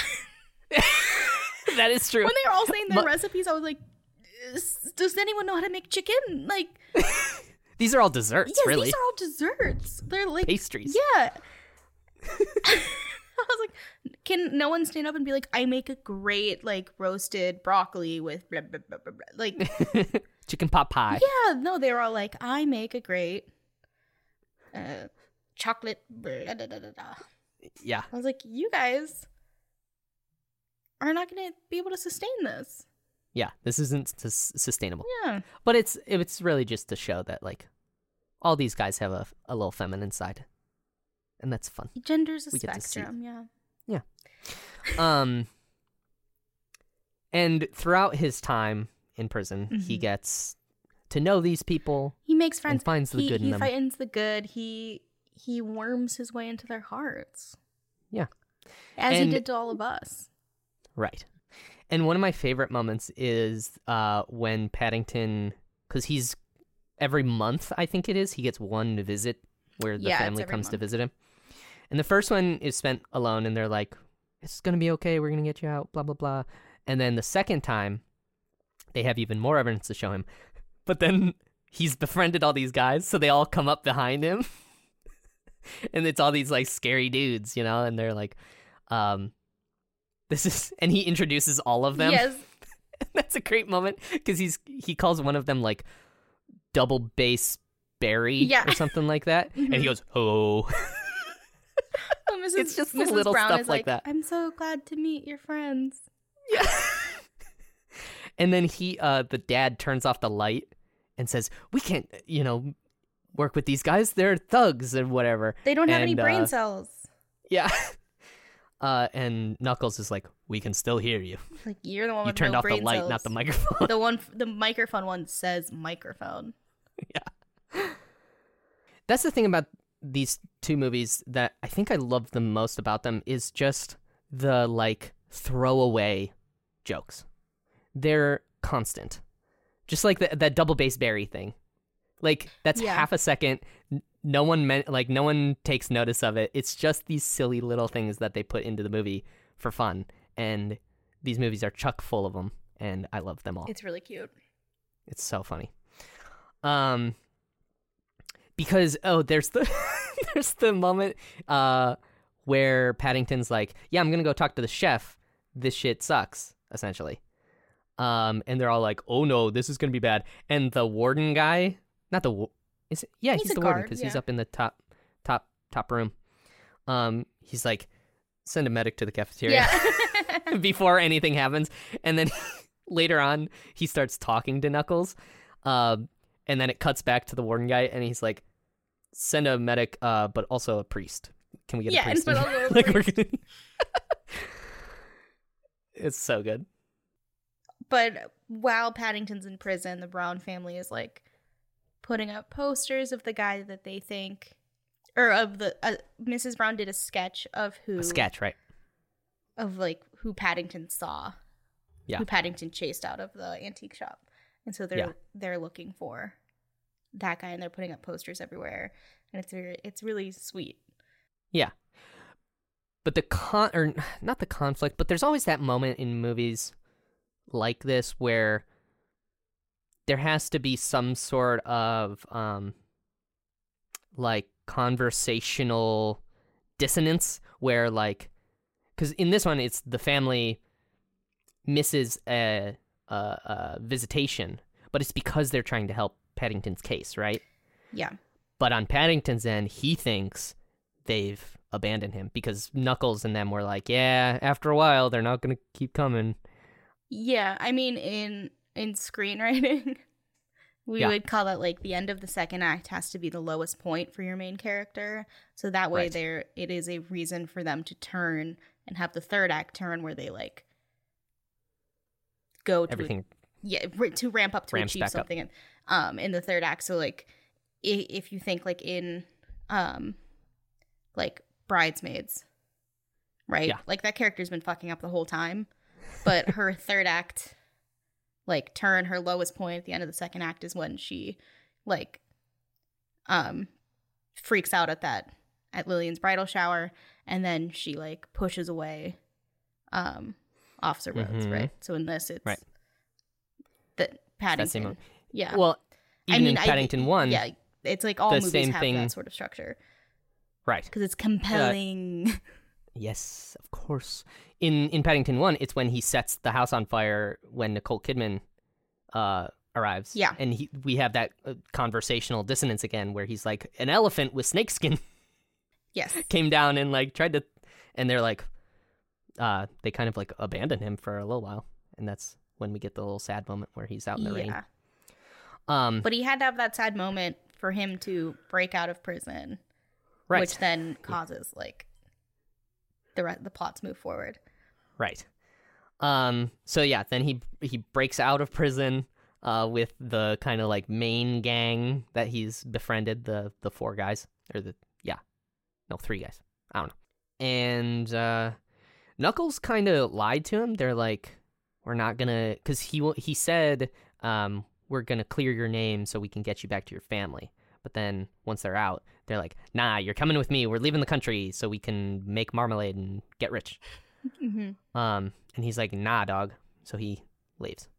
Speaker 1: <laughs>
Speaker 2: that is true.
Speaker 1: when they were all saying their
Speaker 2: Mu-
Speaker 1: recipes, I was like, "Is- does anyone know how to make chicken? Like,
Speaker 2: these are all desserts,
Speaker 1: yes,
Speaker 2: really.
Speaker 1: these are all desserts. They're like,
Speaker 2: <laughs> Pastries. <laughs>
Speaker 1: yeah. <laughs> I was like, can no one stand up and be like, I make a great like roasted broccoli with blah, blah, blah, blah, blah.
Speaker 2: <laughs>
Speaker 1: like,
Speaker 2: Chicken pot pie.
Speaker 1: yeah, no, they were all like, I make a great uh, chocolate. Blah, da, da, da, da.
Speaker 2: Yeah.
Speaker 1: I was like, you guys are not going to be able to sustain this.
Speaker 2: Yeah. This isn't sus- sustainable.
Speaker 1: Yeah.
Speaker 2: But it's it's really just to show that like all these guys have a, a little feminine side. And that's
Speaker 1: <laughs>
Speaker 2: fun.
Speaker 1: Gender's a
Speaker 2: We get to see it.
Speaker 1: spectrum, yeah.
Speaker 2: Um, and throughout his time in prison, he
Speaker 1: Mhm.
Speaker 2: gets to know these people
Speaker 1: He makes friends.
Speaker 2: and finds the
Speaker 1: he
Speaker 2: good in
Speaker 1: he
Speaker 2: them.
Speaker 1: frightens the good. He he worms his way into their hearts.
Speaker 2: Yeah.
Speaker 1: As
Speaker 2: And-
Speaker 1: he did to all of us.
Speaker 2: right. And one of my favorite moments is uh, when Paddington, because he's every month, I think it is, he gets one visit where the
Speaker 1: Yeah, it's
Speaker 2: family
Speaker 1: every
Speaker 2: comes to
Speaker 1: month.
Speaker 2: visit him. And the first one is spent alone, and they're like, it's going to be okay. We're going to get you out, blah, blah, blah. And then the second time, they have even more evidence to show him. But then he's befriended all these guys, so they all come up behind him. <laughs> and it's all these like scary dudes, you know, and they're like, um, this is, <laughs> and he introduces all of them.
Speaker 1: Yes.
Speaker 2: <laughs> That's a great moment because he's, he calls one of them like double bass Barry
Speaker 1: Yeah.
Speaker 2: or something
Speaker 1: <laughs>
Speaker 2: like that. And
Speaker 1: Mhm.
Speaker 2: he goes, hello. <laughs>
Speaker 1: Oh, Mrs.
Speaker 2: It's just the
Speaker 1: Mrs.
Speaker 2: little
Speaker 1: Brown
Speaker 2: stuff
Speaker 1: is
Speaker 2: like that.
Speaker 1: I'm so glad to meet your friends.
Speaker 2: Yeah. <laughs> and then he, uh, the dad turns off the light and says, "We can't, you know, work with these guys. They're thugs and whatever."
Speaker 1: They don't have any
Speaker 2: And,
Speaker 1: brain
Speaker 2: uh,
Speaker 1: cells. <laughs>
Speaker 2: Yeah. Uh, and Knuckles is like, "We can still hear you.
Speaker 1: Like you're the one
Speaker 2: You
Speaker 1: with Oh,
Speaker 2: turned
Speaker 1: no
Speaker 2: off the
Speaker 1: brain
Speaker 2: light,
Speaker 1: cells. <laughs>
Speaker 2: not the microphone."
Speaker 1: the one the microphone one says microphone
Speaker 2: That's the thing about these two movies that I think I love the most about them is just the like throwaway jokes. They're constant. Just like the, that double bass berry thing. Like that's
Speaker 1: Yeah.
Speaker 2: half a second. N- No one meant like no one takes notice of it. It's just these silly little things that they put into the movie for fun. And these movies are chock full of them and I love them all.
Speaker 1: it's really cute
Speaker 2: It's so funny. Um because oh there's the <laughs> there's the moment uh where Paddington's like, "Yeah, I'm going to go talk to the chef. This shit sucks." Essentially. Um and they're all like, "Oh no, this is going to be bad." And the warden guy, not the wa- is it? Yeah, he's,
Speaker 1: He's a
Speaker 2: the warden
Speaker 1: guard,
Speaker 2: cuz he's
Speaker 1: yeah.
Speaker 2: up in the top top top room. Um he's like, send a medic to the cafeteria <laughs>
Speaker 1: <laughs> Yeah.
Speaker 2: before anything happens. And then <laughs> later on, he starts talking to Knuckles. Um, and then it cuts back to the warden guy, and he's like, send a medic, uh, but also a priest. Can we get
Speaker 1: Yeah,
Speaker 2: a
Speaker 1: and
Speaker 2: priest?
Speaker 1: but
Speaker 2: <laughs> in
Speaker 1: also
Speaker 2: here?"
Speaker 1: a
Speaker 2: like, we're gonna- it's so good.
Speaker 1: but while Paddington's in prison, the Brown family is like putting up posters of the guy that they think, or of the uh, Mrs. Brown did a sketch of who
Speaker 2: A sketch, right?
Speaker 1: of like who Paddington saw,
Speaker 2: Yeah.
Speaker 1: who Paddington chased out of the antique shop, and so they're
Speaker 2: Yeah.
Speaker 1: they're looking for that guy, and they're putting up posters everywhere, and it's very it's really sweet.
Speaker 2: but the con or not the conflict, but there's always that moment in movies like this where there has to be some sort of um like conversational dissonance where like cuz in this one it's the family misses a, a, a visitation, but it's because they're trying to help Paddington's case, right?
Speaker 1: Yeah,
Speaker 2: But on Paddington's end, he thinks they've abandoned him because Knuckles and them were like, yeah, after a while, they're not going to keep coming.
Speaker 1: yeah. I mean, in in screenwriting, <laughs> we
Speaker 2: Yeah.
Speaker 1: would call that like the end of the second act has to be the lowest point for your main character, so that way
Speaker 2: Right.
Speaker 1: there it is a reason for them to turn and have the third act turn where they like go to a
Speaker 2: Everything.
Speaker 1: yeah r- to ramp up to
Speaker 2: Ramps back
Speaker 1: achieve
Speaker 2: up.
Speaker 1: something in- um in the third act so like i- if you think like in um like bridesmaids right
Speaker 2: Yeah.
Speaker 1: like that character's been fucking up the whole time
Speaker 2: <laughs>
Speaker 1: but her third act like turn her lowest point at the end of the second act is when she like um freaks out at that at Lillian's bridal shower and then she like pushes away um Officer Rhodes,
Speaker 2: Mhm.
Speaker 1: right? So in this it's
Speaker 2: Right.
Speaker 1: that
Speaker 2: that same
Speaker 1: Paddington.
Speaker 2: moment.
Speaker 1: Yeah.
Speaker 2: Well,
Speaker 1: I
Speaker 2: even
Speaker 1: mean,
Speaker 2: in
Speaker 1: I-
Speaker 2: Paddington 1,
Speaker 1: yeah, it's like all
Speaker 2: the
Speaker 1: movies
Speaker 2: same
Speaker 1: have
Speaker 2: thing-
Speaker 1: that sort of structure
Speaker 2: right.
Speaker 1: because it's compelling.
Speaker 2: Yes, of course. In in Paddington 1, it's when he sets the house on fire when Nicole Kidman uh, arrives.
Speaker 1: Yeah.
Speaker 2: And he, we have that uh, conversational dissonance again where he's like, an elephant with snakeskin
Speaker 1: yes.
Speaker 2: came down and like tried to and they're like uh they kind of like abandon him for a little while and that's when we get the little sad moment where he's out in the rain
Speaker 1: Yeah.
Speaker 2: um
Speaker 1: But he had to have that sad moment for him to break out of prison,
Speaker 2: right
Speaker 1: which then causes like the re- the plots move forward.
Speaker 2: right um so yeah then he he breaks out of prison uh with the kind of like main gang that he's befriended the the four guys or the yeah no three guys i don't know and uh knuckles kind of lied to him they're like we're not gonna because he wa- he said um we're gonna clear your name so we can get you back to your family but then once they're out they're like nah you're coming with me we're leaving the country so we can make marmalade and get rich
Speaker 1: Mm-hmm.
Speaker 2: um, and he's like, "Nah, dog." So he leaves.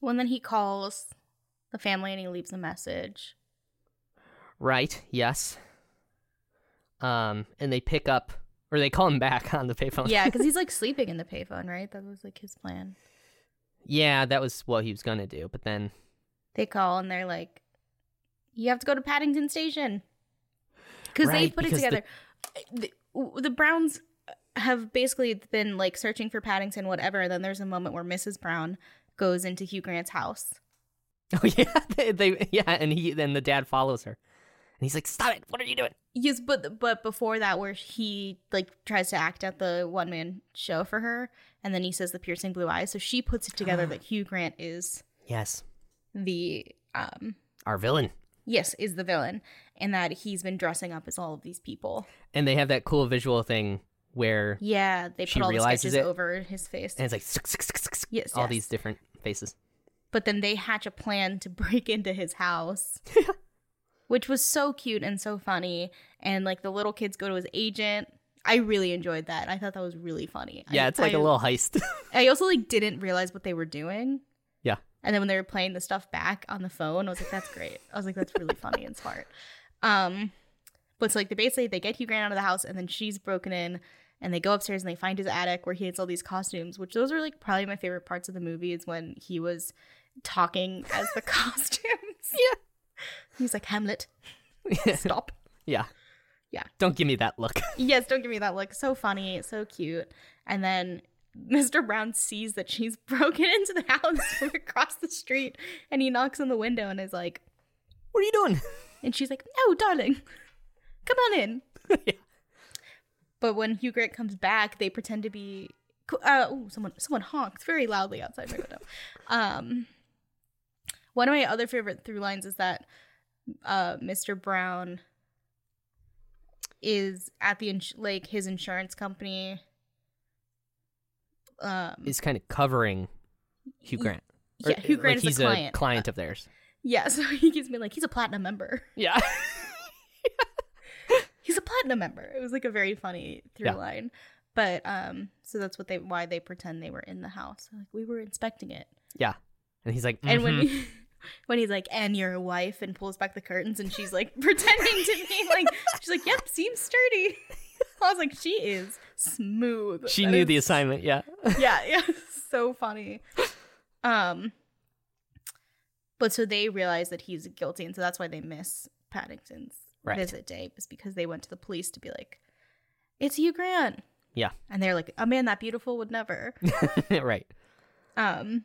Speaker 1: Well, and then he calls the family and he leaves a message.
Speaker 2: Right? Yes. Um, and they pick up, or they call him back <laughs> on the payphone.
Speaker 1: Yeah,
Speaker 2: <laughs>
Speaker 1: because he's like sleeping in the payphone, right? That was like his plan.
Speaker 2: yeah, that was what he was gonna do, but then, <laughs>
Speaker 1: They call and they're like, "You have to go to Paddington Station," because they
Speaker 2: Right,
Speaker 1: put it
Speaker 2: because the-
Speaker 1: together. The, the Browns have basically been like searching for Paddington, whatever. And then there's a moment where Mrs. Brown goes into Hugh Grant's house.
Speaker 2: oh yeah, <laughs> they, they yeah, and he then the dad follows her, and he's like, "Stop it! What are you doing?"
Speaker 1: Yes, but but before that, where he like tries to act at the one man show for her, and then he says the piercing blue eyes. So she puts it
Speaker 2: <sighs>
Speaker 1: together that Hugh Grant is
Speaker 2: Yes,
Speaker 1: the um
Speaker 2: our villain.
Speaker 1: yes is the villain, and that he's been dressing up as all of these people.
Speaker 2: And they have that cool visual thing where,
Speaker 1: Yeah, they
Speaker 2: She
Speaker 1: put all the
Speaker 2: realizes
Speaker 1: sketches
Speaker 2: it.
Speaker 1: over his face.
Speaker 2: and it's like, "Sk, sk, sk, sk, sk,"
Speaker 1: yes,
Speaker 2: all
Speaker 1: yes.
Speaker 2: these different faces.
Speaker 1: But then they hatch a plan to <laughs> break into his
Speaker 2: <laughs>
Speaker 1: house, which was so cute and so funny. And like the little kids go to his agent. I really enjoyed that. I thought that was really funny. I-
Speaker 2: Yeah, it's like
Speaker 1: I-
Speaker 2: a little heist. <laughs>
Speaker 1: I also like didn't realize what they were doing.
Speaker 2: Yeah.
Speaker 1: And then when they were playing the stuff back on the phone, I was like, "That's great." I was like, "That's really funny and smart." Um, but so like they basically they get Hugh Grant out of the house, and then she's broken in, and they go upstairs and they find his attic where he has all these costumes. Which those are like probably my favorite parts of the movie is when he was talking as the <laughs> costumes. yeah. He's like Hamlet. Stop.
Speaker 2: yeah,
Speaker 1: Yeah.
Speaker 2: Don't give me that look. <laughs>
Speaker 1: yes, don't give me that look. So funny, so cute. And then Mr. Brown sees that she's <laughs> broken into the house <laughs> from across the street and he knocks on the window and is like,
Speaker 2: what are you doing?
Speaker 1: and she's like, no, darling, <laughs> come on in.
Speaker 2: <laughs> Yeah.
Speaker 1: But when Hugh Grant comes back, they pretend to be. Uh, oh, someone someone honks very loudly outside my
Speaker 2: <laughs>
Speaker 1: window. Um, one of my other favorite through lines is that uh, Mr. Brown is at the ins- like his insurance company. Um,
Speaker 2: Is kind of covering Hugh Grant. Or,
Speaker 1: yeah, Hugh Grant
Speaker 2: like
Speaker 1: is
Speaker 2: he's
Speaker 1: a client.
Speaker 2: of theirs.
Speaker 1: yeah, <laughs> so he keeps being like, he's a platinum member.
Speaker 2: Yeah.
Speaker 1: he's a platinum member. It was like a very funny through
Speaker 2: Yeah.
Speaker 1: line. But um, so that's what they why they pretend they were in the house. Like we were inspecting it,
Speaker 2: <laughs> And he's like,
Speaker 1: and when
Speaker 2: "Mhm."
Speaker 1: he, <laughs> when he's like, "And your wife," and pulls back the curtains, and she's like <laughs> pretending to be like, she's like, "Yep, seems sturdy." <laughs> I was like, "She is smooth."
Speaker 2: she
Speaker 1: That
Speaker 2: knew
Speaker 1: is-
Speaker 2: the assignment. Yeah. <laughs>
Speaker 1: yeah, <laughs> yeah, so funny. Um, but so they realize that he's guilty, and so that's why they miss Paddington's
Speaker 2: Right.
Speaker 1: visit day, is because they went to the police to be like, "It's Hugh Grant."
Speaker 2: Yeah.
Speaker 1: and they're like, "A man that beautiful would never."
Speaker 2: right. <laughs>
Speaker 1: um,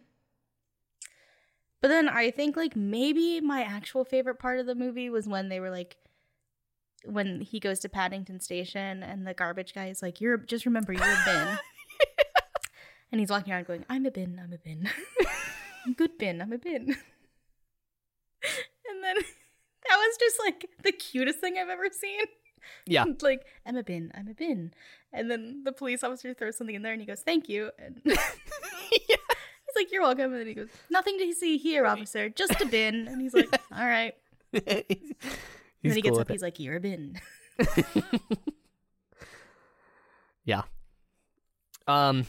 Speaker 1: but then I think like maybe my actual favorite part of the movie was when they were like. When he goes to Paddington Station and the garbage guy is like, "You're just remember you're a bin," and he's walking around going, "I'm a bin, I'm a bin, <laughs> I'm good bin, I'm a bin," and then <laughs> that was just like the cutest thing I've ever seen.
Speaker 2: Yeah.
Speaker 1: <laughs> like I'm a bin, I'm a bin, and then the police officer throws something in there and he goes, "Thank you," and he's like, "You're welcome," and then he goes, "Nothing to see here, officer, just a
Speaker 2: <laughs>
Speaker 1: bin," and he's like, "All right."
Speaker 2: he's
Speaker 1: And then he
Speaker 2: cool
Speaker 1: gets
Speaker 2: with
Speaker 1: up, he's like, "You're a bin."
Speaker 2: Um,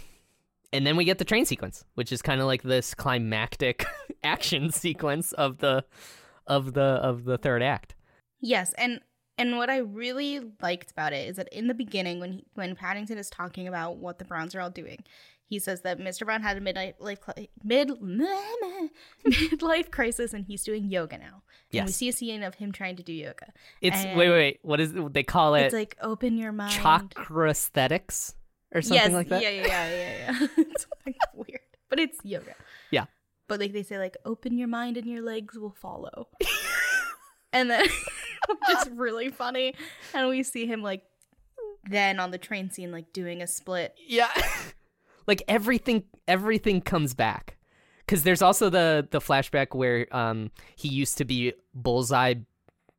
Speaker 2: and then we get the train sequence, which is kind of like this climactic <laughs> action sequence of the of the of the third act.
Speaker 1: Yes, and and what I really liked about it is that in the beginning, when he, when Paddington is talking about what the Browns are all doing, he says that Mr. Brown had a midlife life, cli- mid <laughs> midlife crisis, and he's doing yoga now. And we
Speaker 2: Yes,
Speaker 1: see a scene of him trying to do yoga.
Speaker 2: it's wait, wait, wait. What is they call it?
Speaker 1: it's like open your mind.
Speaker 2: chakra aesthetics or something
Speaker 1: yes,
Speaker 2: like that.
Speaker 1: Yeah, yeah, yeah,
Speaker 2: <laughs>
Speaker 1: yeah, <laughs> yeah. it's like weird, but it's yoga.
Speaker 2: Yeah.
Speaker 1: But like they say, like open your mind and your legs will follow. <laughs> and then <laughs> just really funny, and we see him like then on the train scene like doing a split. <laughs>
Speaker 2: Yeah. like everything everything comes back. Cuz there's also the the flashback where um he used to be Bullseye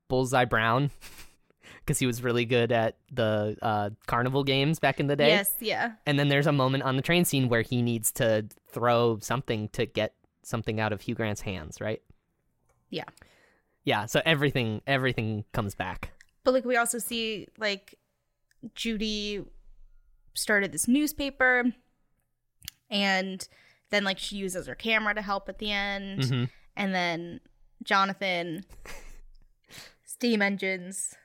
Speaker 2: Bullseye Brown <laughs> cuz he was really good at the uh carnival games back in the day.
Speaker 1: Yes, yeah,
Speaker 2: And then there's a moment on the train scene where he needs to throw something to get something out of Hugh Grant's hands, right?
Speaker 1: Yeah.
Speaker 2: Yeah, so everything everything comes back.
Speaker 1: but like we also see like Judy started this newspaper, and then like she uses her camera to help at the end.
Speaker 2: Mhm.
Speaker 1: and then Jonathan, steam engines.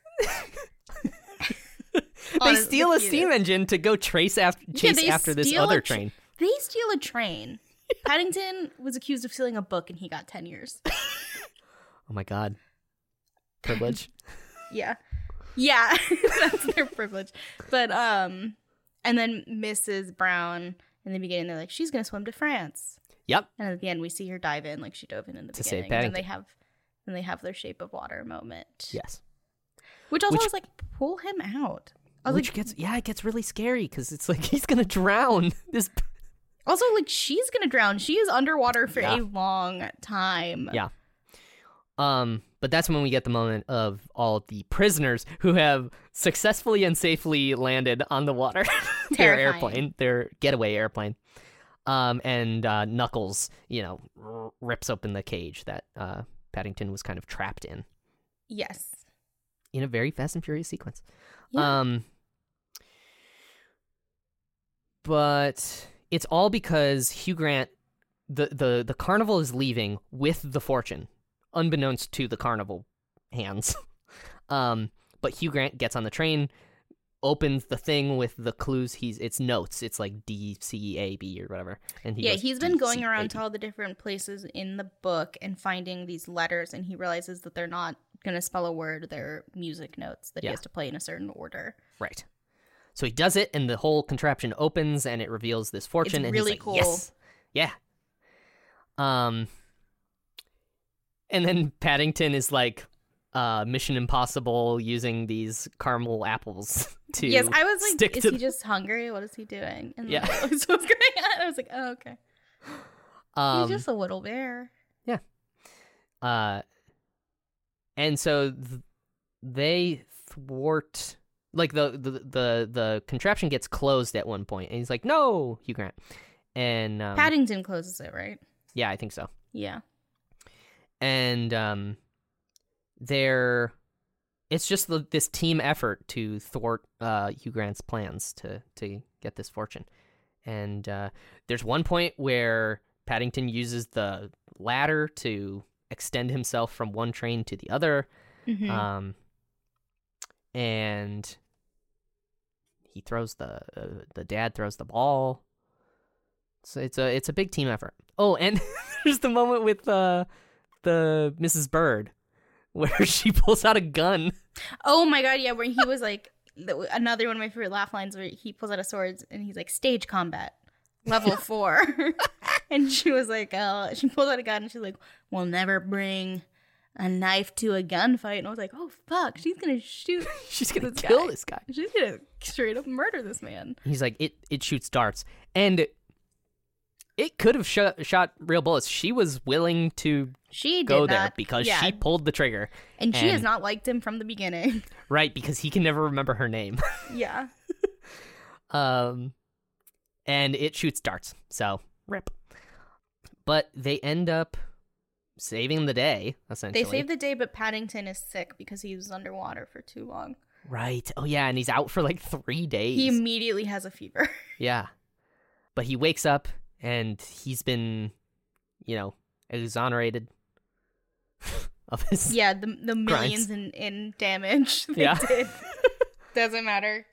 Speaker 2: They
Speaker 1: Honestly,
Speaker 2: steal a
Speaker 1: cute.
Speaker 2: steam engine to go trace after chase
Speaker 1: they
Speaker 2: after this
Speaker 1: steal a
Speaker 2: other
Speaker 1: tr-
Speaker 2: train.
Speaker 1: They steal a
Speaker 2: <laughs>
Speaker 1: train. Paddington was accused of stealing a book and he got 10
Speaker 2: <laughs>
Speaker 1: years.
Speaker 2: Oh my
Speaker 1: <laughs>
Speaker 2: god. Privilege.
Speaker 1: Yeah. Yeah. <laughs> That's their privilege. But, um, and then Mrs. Brown in the beginning, they're like, she's going to swim to France.
Speaker 2: yep.
Speaker 1: And at the end, we see her dive in like she dove in in the
Speaker 2: To
Speaker 1: beginning.
Speaker 2: save
Speaker 1: and then
Speaker 2: Paddington.
Speaker 1: they have, then they have their shape of water moment.
Speaker 2: Yes.
Speaker 1: Which also
Speaker 2: Which-
Speaker 1: I was like, pull him out. I was
Speaker 2: Which
Speaker 1: like,
Speaker 2: gets yeah, it gets really scary because it's like <laughs> he's gonna drown. <laughs> This
Speaker 1: Also, like she's gonna drown. She is underwater for
Speaker 2: Yeah.
Speaker 1: a long time.
Speaker 2: Yeah. um, but that's when we get the moment of all the prisoners who have successfully and safely landed on the water. <laughs> their
Speaker 1: Terrifying.
Speaker 2: airplane, their getaway airplane. Um, and uh, Knuckles, you know, r- rips open the cage that uh, Paddington was kind of trapped in
Speaker 1: Yes.
Speaker 2: in a very Fast and Furious sequence.
Speaker 1: Yeah.
Speaker 2: Um, but it's all because Hugh Grant, the, the the carnival is leaving with the fortune, unbeknownst to the carnival hands. <laughs> um, but Hugh Grant gets on the train, opens the thing with the clues. He's it's notes. It's like D C A B or whatever. And he
Speaker 1: yeah,
Speaker 2: goes,
Speaker 1: he's been going around
Speaker 2: DCAB.
Speaker 1: to all the different places in the book and finding these letters, and he realizes that they're not gonna spell a word, they're music notes that
Speaker 2: Yeah.
Speaker 1: he has to play in a certain order.
Speaker 2: Right. So he does it, and the whole contraption opens, and it reveals this fortune. and he's
Speaker 1: really
Speaker 2: like,
Speaker 1: cool.
Speaker 2: Yes. Yeah. Um. And then Paddington is like, uh, Mission Impossible using these caramel apples <laughs> to
Speaker 1: yes, I was like,
Speaker 2: stick
Speaker 1: is
Speaker 2: to
Speaker 1: he just hungry? What is he doing? And <laughs>
Speaker 2: Yeah.
Speaker 1: yeah. that was what was going on. <laughs> I was like, oh okay,
Speaker 2: um,
Speaker 1: he's just a little bear.
Speaker 2: Uh, and so th- they thwart like the, the the the contraption gets closed at one point, and he's like, "No, Hugh Grant." And um,
Speaker 1: Paddington closes it, right?
Speaker 2: yeah, I think so.
Speaker 1: Yeah,
Speaker 2: And um, they're it's just the, this team effort to thwart uh, Hugh Grant's plans to to get this fortune. And uh, there's one point where Paddington uses the ladder to extend himself from one train to the other.
Speaker 1: Mhm.
Speaker 2: Um, and he throws the uh, the dad throws the ball. So it's a it's a big team effort. Oh, and <laughs> there's the moment with uh, the Mrs. Bird <laughs> where she pulls out a gun. <laughs>
Speaker 1: Oh my god, yeah, where he was like the, another one of my favorite laugh lines where he pulls out a sword and he's like stage combat
Speaker 2: <laughs>
Speaker 1: level 4. <laughs> and she was like, "Oh, she pulls out a gun and she's like, "We'll never bring a knife to a gunfight." And I was like, "Oh fuck, she's going to shoot.
Speaker 2: She's gonna
Speaker 1: This
Speaker 2: kill
Speaker 1: guy.
Speaker 2: this guy.
Speaker 1: She's going to straight up murder this man."
Speaker 2: He's like it it shoots darts and it could have sh- shot real bullets. She was willing to
Speaker 1: She did
Speaker 2: go there
Speaker 1: that.
Speaker 2: because
Speaker 1: Yeah,
Speaker 2: she pulled the trigger.
Speaker 1: and she has
Speaker 2: and-
Speaker 1: not liked him from the
Speaker 2: <laughs>
Speaker 1: beginning.
Speaker 2: Right, because he can never remember her name.
Speaker 1: yeah.
Speaker 2: Um, and it shoots darts. So rip. But they end up saving the day. Essentially,
Speaker 1: They saved the day but Paddington is sick because he was underwater for too long.
Speaker 2: right. Oh yeah, and he's out for like three days.
Speaker 1: He immediately has a fever.
Speaker 2: yeah, but he wakes up and he's been, you know, exonerated <laughs> of his.
Speaker 1: Yeah, the the millions in, in damage <laughs> they
Speaker 2: Yeah.
Speaker 1: did. Doesn't matter.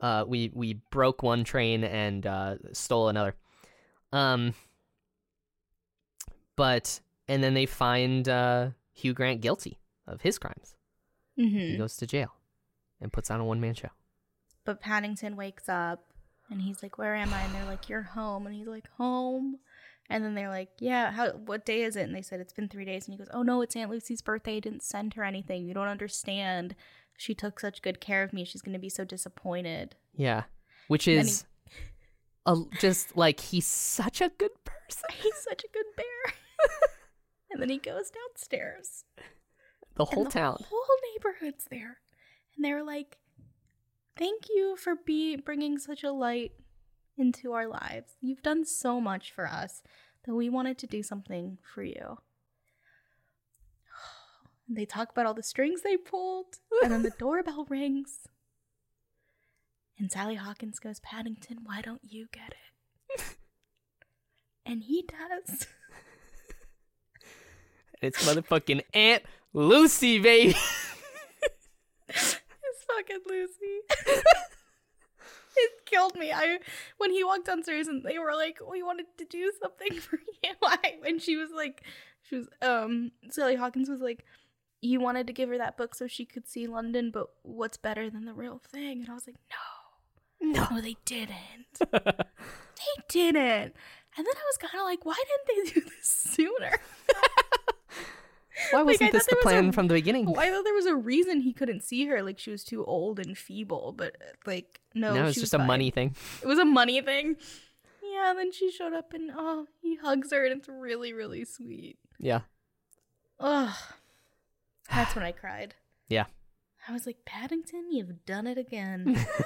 Speaker 2: Uh, we we broke one train and uh, stole another. Um. But and then they find uh, Hugh Grant guilty of his crimes. He
Speaker 1: Mm-hmm.
Speaker 2: goes to jail and puts on a one man show.
Speaker 1: But Paddington wakes up and he's like, "Where am I?" And they're like, "You're home." And he's like, "Home." And then they're like, "Yeah, how? What day is it?" And they said, "It's been three days." And he goes, "Oh no, it's Aunt Lucy's birthday. I didn't send her anything. You don't understand. She took such good care of me. She's gonna be so disappointed." <laughs>
Speaker 2: Yeah. Which
Speaker 1: And then
Speaker 2: is a, just like he's such a good person.
Speaker 1: He's such a good bear. and then he goes downstairs.
Speaker 2: The
Speaker 1: and
Speaker 2: whole
Speaker 1: the
Speaker 2: town.
Speaker 1: whole neighborhood's there, and they're like, "Thank you for be bringing such a light into our lives. You've done so much for us that we wanted to do something for you." <sighs> And they talk about all the strings they pulled, and
Speaker 2: <laughs>
Speaker 1: then the doorbell rings, and Sally Hawkins goes, "Paddington, why don't you get it?"
Speaker 2: <laughs>
Speaker 1: and he does.
Speaker 2: It's motherfucking Aunt Lucy, baby.
Speaker 1: It's fucking Lucy. <laughs> it killed me. I when he walked downstairs and they were like, "We wanted to do something <laughs> for you," I, and she was like, "She was um." Sally Hawkins was like, "You wanted to give her that book so she could see London, but what's better than the real thing?" And I was like, "No,
Speaker 2: <laughs> No.
Speaker 1: no, they
Speaker 2: <laughs>
Speaker 1: didn't. they didn't." And then I was kind of like, "Why didn't they <laughs> do this sooner?"
Speaker 2: Why
Speaker 1: Like,
Speaker 2: wasn't
Speaker 1: I
Speaker 2: this
Speaker 1: thought
Speaker 2: the
Speaker 1: there was
Speaker 2: plan
Speaker 1: a-
Speaker 2: from the beginning?
Speaker 1: Well, I thought there was a reason he couldn't see her, like she was too old and feeble. But like, no,
Speaker 2: no,
Speaker 1: she
Speaker 2: it's
Speaker 1: was
Speaker 2: just a
Speaker 1: fine.
Speaker 2: money thing.
Speaker 1: It was a money thing. Yeah, and then she showed up and oh, he hugs her and it's really, really sweet.
Speaker 2: Yeah.
Speaker 1: Ugh. That's when I cried.
Speaker 2: Yeah.
Speaker 1: I was like, Paddington, you've done it again.
Speaker 2: <laughs>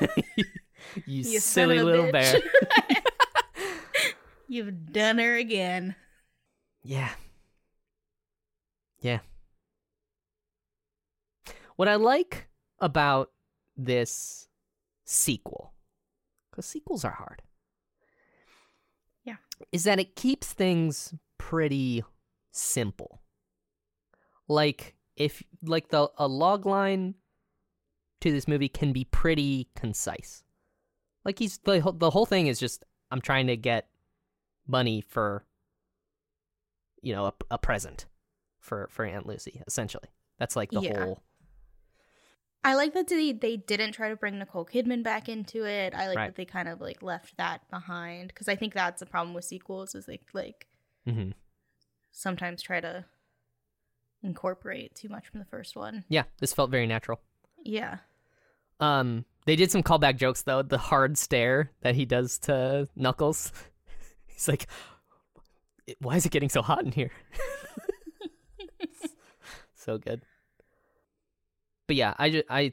Speaker 2: You,
Speaker 1: You son of
Speaker 2: silly
Speaker 1: a
Speaker 2: little
Speaker 1: bitch.
Speaker 2: <laughs> bear.
Speaker 1: <laughs> you've done her again.
Speaker 2: Yeah. Yeah. What I like about this sequel, because sequels are hard.
Speaker 1: Yeah.
Speaker 2: Is that it keeps things pretty simple. Like if like the a log line to this movie can be pretty concise. Like he's the whole- the whole thing is just I'm trying to get money for you know a, a present for for Aunt Lucy essentially. That's like the
Speaker 1: Yeah.
Speaker 2: whole
Speaker 1: I like that they, they didn't try to bring Nicole Kidman back into it. I like
Speaker 2: Right.
Speaker 1: that they kind of like left that behind because I think that's the problem with sequels is they like
Speaker 2: Mhm.
Speaker 1: sometimes try to incorporate too much from the first one.
Speaker 2: Yeah, this felt very natural.
Speaker 1: Yeah.
Speaker 2: Um they did some callback jokes though, the hard stare that he does to Knuckles. <laughs> He's like "It- why is it getting so hot in here? <laughs> so good. But yeah, I ju- I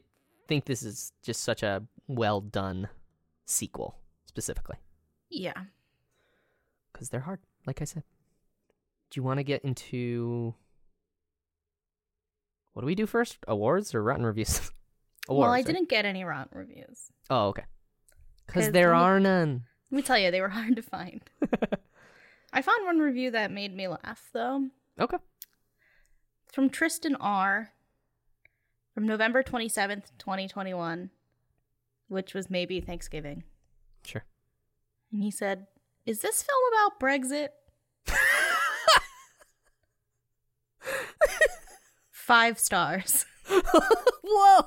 Speaker 2: think this is just such a well done sequel specifically
Speaker 1: Yeah.
Speaker 2: because they're hard, like I said. Do you want to get into what do we do first? Awards or rotten reviews? <laughs> Awards.
Speaker 1: well, I
Speaker 2: right?
Speaker 1: didn't get any rotten reviews.
Speaker 2: Oh, okay.
Speaker 1: 'Cause
Speaker 2: Because there
Speaker 1: I-
Speaker 2: are none.
Speaker 1: Let me tell you, they were <laughs> hard to find. I found one review that made me laugh though.
Speaker 2: Okay.
Speaker 1: It's from Tristan R. from November 27th, 2021, which was maybe Thanksgiving.
Speaker 2: Sure.
Speaker 1: And he said, Is this film about Brexit? Five stars.
Speaker 2: <laughs>
Speaker 1: <laughs>
Speaker 2: Whoa.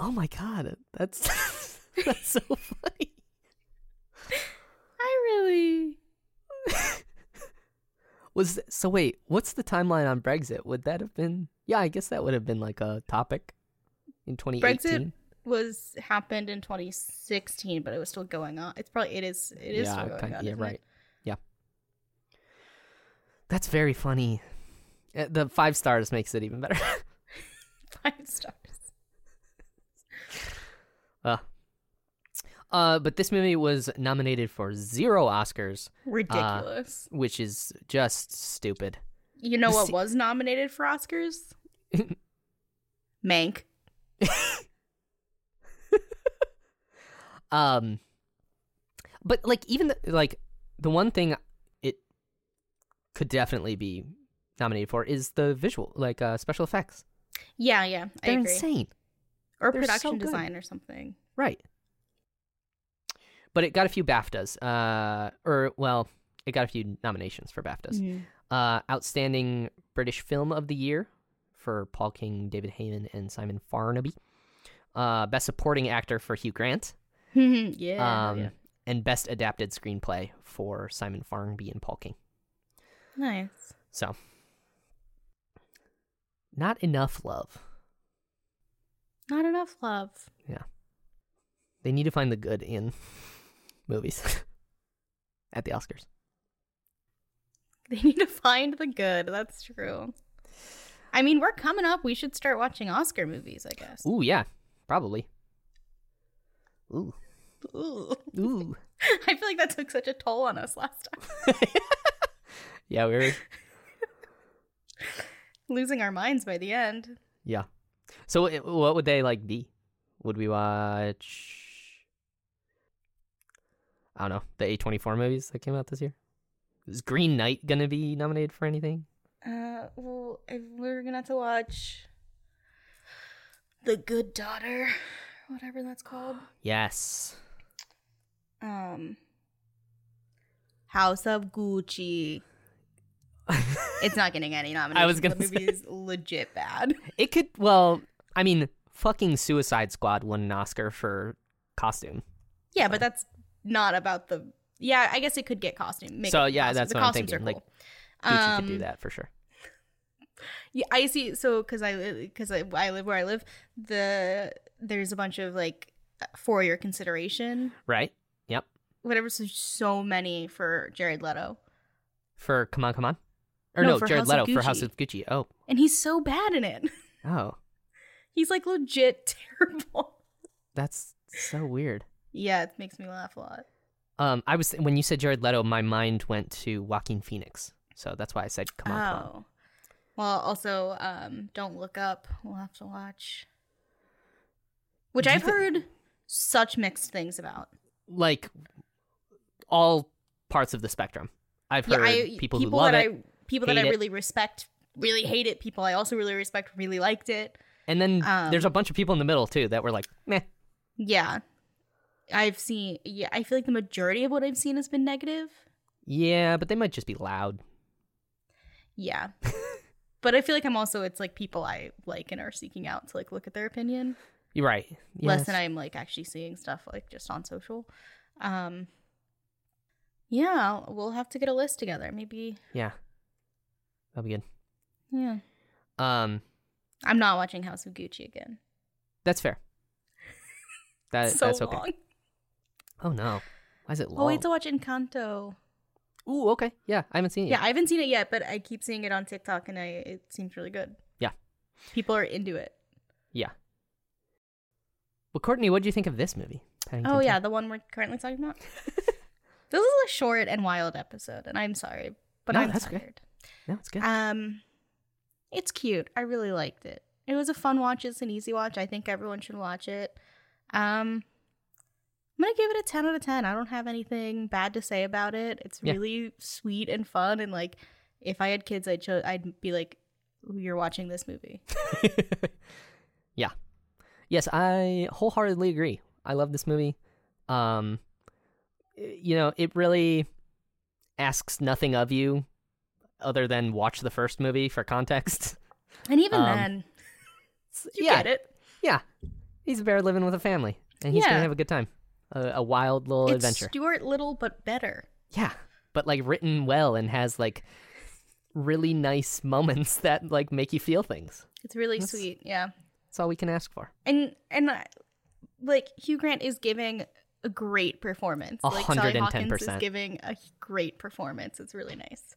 Speaker 2: oh my god, that's <laughs> that's so funny.
Speaker 1: I really.
Speaker 2: Was th- so wait, what's the timeline on Brexit? Would that have been? Yeah, I guess that would have been like a topic in 2018.
Speaker 1: Brexit was happened in 2016, but it was still going on. It's probably, it is, it is
Speaker 2: yeah,
Speaker 1: still going
Speaker 2: kind-
Speaker 1: on.
Speaker 2: yeah,
Speaker 1: isn't it?
Speaker 2: right. Yeah, that's very funny. Uh, The five stars makes it even better.
Speaker 1: <laughs> Five stars.
Speaker 2: uh, but this movie was nominated for zero Oscars,
Speaker 1: Ridiculous.
Speaker 2: which is just stupid.
Speaker 1: you know
Speaker 2: the
Speaker 1: what
Speaker 2: se-
Speaker 1: was nominated for
Speaker 2: <laughs>
Speaker 1: Oscars? Mank.
Speaker 2: Um, but like even the, like the one thing it could definitely be nominated for is the visual, like uh, special effects.
Speaker 1: Yeah, yeah, I
Speaker 2: They're
Speaker 1: agree.
Speaker 2: insane,
Speaker 1: Or
Speaker 2: They're so
Speaker 1: production
Speaker 2: good.
Speaker 1: design or something.
Speaker 2: right? But it got a few BAFTAs, uh, or well, it got a few nominations for
Speaker 1: <laughs>
Speaker 2: BAFTAs. Uh, Outstanding British Film of the Year for Paul King, David Heyman, and Simon Farnaby. Uh, Best Supporting Actor for Hugh Grant.
Speaker 1: yeah,
Speaker 2: um,
Speaker 1: yeah.
Speaker 2: and best adapted screenplay for Simon Farnby and Paul King.
Speaker 1: Nice.
Speaker 2: So, not enough love.
Speaker 1: Not enough love.
Speaker 2: They need to find the good in <laughs> movies <laughs> at the
Speaker 1: <laughs>
Speaker 2: Oscars.
Speaker 1: They need to find the good. That's true. I mean, we're coming up. We should start watching Oscar movies, I guess.
Speaker 2: Ooh, yeah, probably. Ooh,
Speaker 1: Ooh.
Speaker 2: ooh,
Speaker 1: <laughs> I feel like that took such a toll on us last time. <laughs>
Speaker 2: yeah, we were,
Speaker 1: Losing our minds by the end.
Speaker 2: yeah. So, wh- what would they like be? Would we watch? I don't know the A twenty four movies that came out this year. Is Green Knight gonna be nominated for anything?
Speaker 1: Uh, well, if we're gonna have to watch The Good Daughter, or whatever that's called.
Speaker 2: Yes.
Speaker 1: <gasps> Um, House of
Speaker 2: <laughs>
Speaker 1: Gucci. It's not getting any nominations.
Speaker 2: I was gonna
Speaker 1: the movie is legit bad.
Speaker 2: it could, well, I mean, fucking Suicide Squad won an Oscar for costume.
Speaker 1: Yeah, but that's not about the. Yeah, I guess it could get costume. Make
Speaker 2: So,
Speaker 1: it
Speaker 2: yeah,
Speaker 1: costume.
Speaker 2: that's
Speaker 1: the
Speaker 2: what I'm
Speaker 1: costumes Are
Speaker 2: thinking, like,
Speaker 1: cool.
Speaker 2: Gucci could do
Speaker 1: Um,
Speaker 2: that for sure.
Speaker 1: Yeah, I see. So because I because I, I live where I live, the there's a bunch of like for your consideration,
Speaker 2: Right?
Speaker 1: whatever. So so many for Jared Leto,
Speaker 2: For Come On, Come On? Or
Speaker 1: No,
Speaker 2: no,
Speaker 1: for
Speaker 2: Jared
Speaker 1: House
Speaker 2: Leto
Speaker 1: of
Speaker 2: for House
Speaker 1: Gucci.
Speaker 2: of Gucci. Oh,
Speaker 1: and he's so bad in it. <laughs>
Speaker 2: oh,
Speaker 1: He's like legit <laughs> terrible.
Speaker 2: that's so weird.
Speaker 1: Yeah, it makes me laugh a lot.
Speaker 2: Um, I was when you said Jared Leto, my mind went to Walking Phoenix, so that's why I said Come On, Come On.
Speaker 1: oh. Well, also, um, don't look up. We'll have to watch. Which
Speaker 2: Do you
Speaker 1: I've
Speaker 2: thi-
Speaker 1: heard such mixed things about.
Speaker 2: Like all parts of the spectrum. I've heard
Speaker 1: I
Speaker 2: people, who love
Speaker 1: that
Speaker 2: it,
Speaker 1: I people that
Speaker 2: hate
Speaker 1: I
Speaker 2: it.
Speaker 1: really respect really hate it. People I also really respect really liked it.
Speaker 2: and then there's a
Speaker 1: um,
Speaker 2: bunch of people in the middle too that were like, "Meh."
Speaker 1: Yeah, I've seen. Yeah, I feel like the majority of what I've seen has been negative.
Speaker 2: Yeah, but they might just be loud. <laughs>
Speaker 1: Yeah. but I feel like I'm also it's like people I like and are seeking out to like look at their opinion.
Speaker 2: You're right. Yeah,
Speaker 1: Less
Speaker 2: it's-
Speaker 1: than I'm like actually seeing stuff like just on social. Um Yeah, we'll have to get a list together. Maybe
Speaker 2: Yeah. That'll be good.
Speaker 1: yeah.
Speaker 2: Um,
Speaker 1: I'm not watching House of Gucci again. <laughs>
Speaker 2: that's fair. That
Speaker 1: so
Speaker 2: Uh, that's okay.
Speaker 1: long.
Speaker 2: Oh no. Why is it long?
Speaker 1: I'll wait to watch Encanto.
Speaker 2: Ooh, okay. Yeah, I haven't seen it.
Speaker 1: Yeah,
Speaker 2: Yet.
Speaker 1: I haven't seen it yet, but I keep seeing it on TikTok and I it seems really good.
Speaker 2: Yeah.
Speaker 1: People are into it.
Speaker 2: Yeah. Well, Courtney, what do you think of this movie?
Speaker 1: Oh
Speaker 2: Paddington
Speaker 1: yeah,
Speaker 2: Two?
Speaker 1: the one we're currently talking
Speaker 2: <laughs>
Speaker 1: about. this is a short and wild episode, and I'm sorry, but
Speaker 2: No,
Speaker 1: I'm
Speaker 2: that's okay.
Speaker 1: tired.
Speaker 2: No, it's good.
Speaker 1: Um, it's cute. I really liked it. It was a fun watch. It's an easy watch. I think everyone should watch it. Um, I'm gonna give it a ten out of ten. I don't have anything bad to say about it. It's
Speaker 2: Yeah.
Speaker 1: really sweet and fun, and like, if I had kids, I'd show, I'd be like, "You're watching this movie."
Speaker 2: yeah. Yes, I wholeheartedly agree. I love this movie. Um y- you know, it really asks nothing of you other than watch the first movie for context. <laughs>
Speaker 1: And even
Speaker 2: Um, <laughs>
Speaker 1: then, you
Speaker 2: yeah,
Speaker 1: get it.
Speaker 2: Yeah. He's a bear living with a family and he's going
Speaker 1: Yeah.
Speaker 2: to have a good time. A, a wild little
Speaker 1: It's
Speaker 2: adventure.
Speaker 1: Stuart Little, but better.
Speaker 2: Yeah, but like written well and has like really nice moments <laughs> that like make you feel things.
Speaker 1: It's really
Speaker 2: That's-
Speaker 1: sweet. Yeah.
Speaker 2: That's all we can ask for.
Speaker 1: and and uh, like Hugh Grant is giving a great performance.
Speaker 2: A
Speaker 1: Like
Speaker 2: hundred
Speaker 1: Sally
Speaker 2: and ten
Speaker 1: Hawkins is
Speaker 2: percent.
Speaker 1: giving a great performance. It's really nice.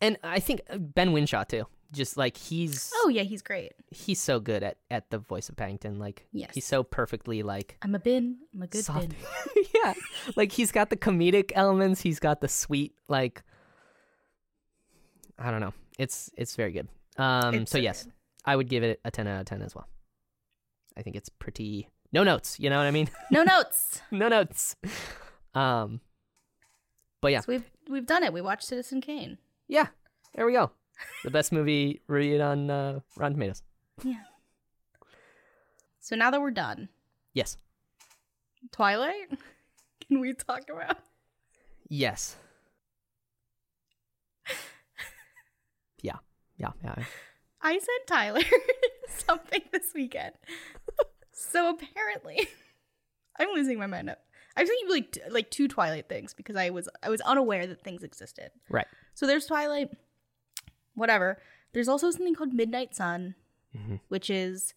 Speaker 2: And I think uh, Ben Winshaw too. Just like he's
Speaker 1: Oh yeah, he's great.
Speaker 2: he's so good at at the voice of Paddington. Like
Speaker 1: Yes.
Speaker 2: he's so perfectly like
Speaker 1: I'm a bin. I'm a good
Speaker 2: soft.
Speaker 1: bin.
Speaker 2: <laughs> yeah, like he's got the comedic elements. He's got the sweet like I don't know. It's it's very good. Um.
Speaker 1: It's
Speaker 2: so
Speaker 1: so
Speaker 2: yes,
Speaker 1: good.
Speaker 2: I would give it a ten out of ten as well. I think it's pretty no notes. You know what I mean? <laughs>
Speaker 1: No notes.
Speaker 2: no notes. Um, but yeah,
Speaker 1: So we've we've done it. We watched Citizen Kane.
Speaker 2: yeah, there we go. The best movie rated on uh, Rotten Tomatoes.
Speaker 1: Yeah. So now that we're done,
Speaker 2: Yes,
Speaker 1: Twilight. <laughs> Can we talk about?
Speaker 2: <laughs> yes, yeah, yeah, yeah.
Speaker 1: I sent Tyler <laughs> something this weekend. so apparently, <laughs> I'm losing my mind. Up. I've sent you like t- like two Twilight things because I was I was unaware that things existed.
Speaker 2: Right.
Speaker 1: So there's Twilight, whatever. There's also something called Midnight Sun,
Speaker 2: Mhm.
Speaker 1: which is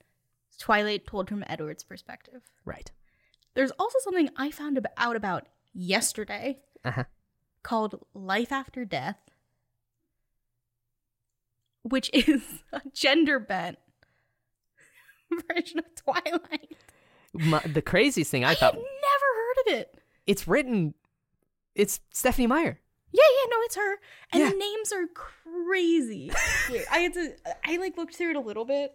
Speaker 1: Twilight told from Edward's perspective.
Speaker 2: Right.
Speaker 1: There's also something I found ab- out about yesterday
Speaker 2: Uh-huh.
Speaker 1: called Life After Death, which <laughs> is a gender bent <laughs> version of Twilight.
Speaker 2: My, the craziest thing
Speaker 1: I
Speaker 2: I
Speaker 1: had <laughs>
Speaker 2: thought
Speaker 1: never heard of it.
Speaker 2: it's written. It's Stephanie Meyer.
Speaker 1: Yeah, yeah, no, it's her. And
Speaker 2: Yeah.
Speaker 1: the names are
Speaker 2: <laughs>
Speaker 1: crazy. Wait, I had to, I like looked through it a little bit.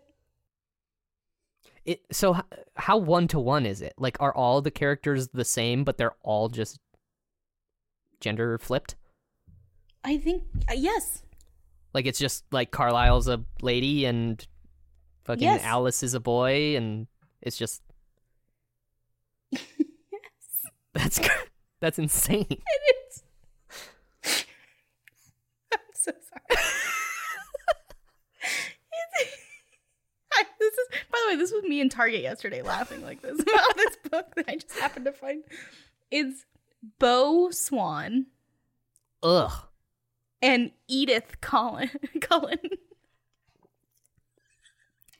Speaker 2: It, so h- how one to one is it? Like, are all the characters the same, but they're all just gender flipped?
Speaker 1: I think, uh, yes,
Speaker 2: Like it's just like Carlisle's a lady and fucking
Speaker 1: Yes.
Speaker 2: Alice is a boy and it's just that's cr- that's insane.
Speaker 1: it is. I'm so sorry. It's- I, this is, by the way, this was me in Target yesterday laughing like this about this book that I just happened to find. It's Beau Swan
Speaker 2: Ugh.
Speaker 1: and Edith Cullen. <laughs> Cullen.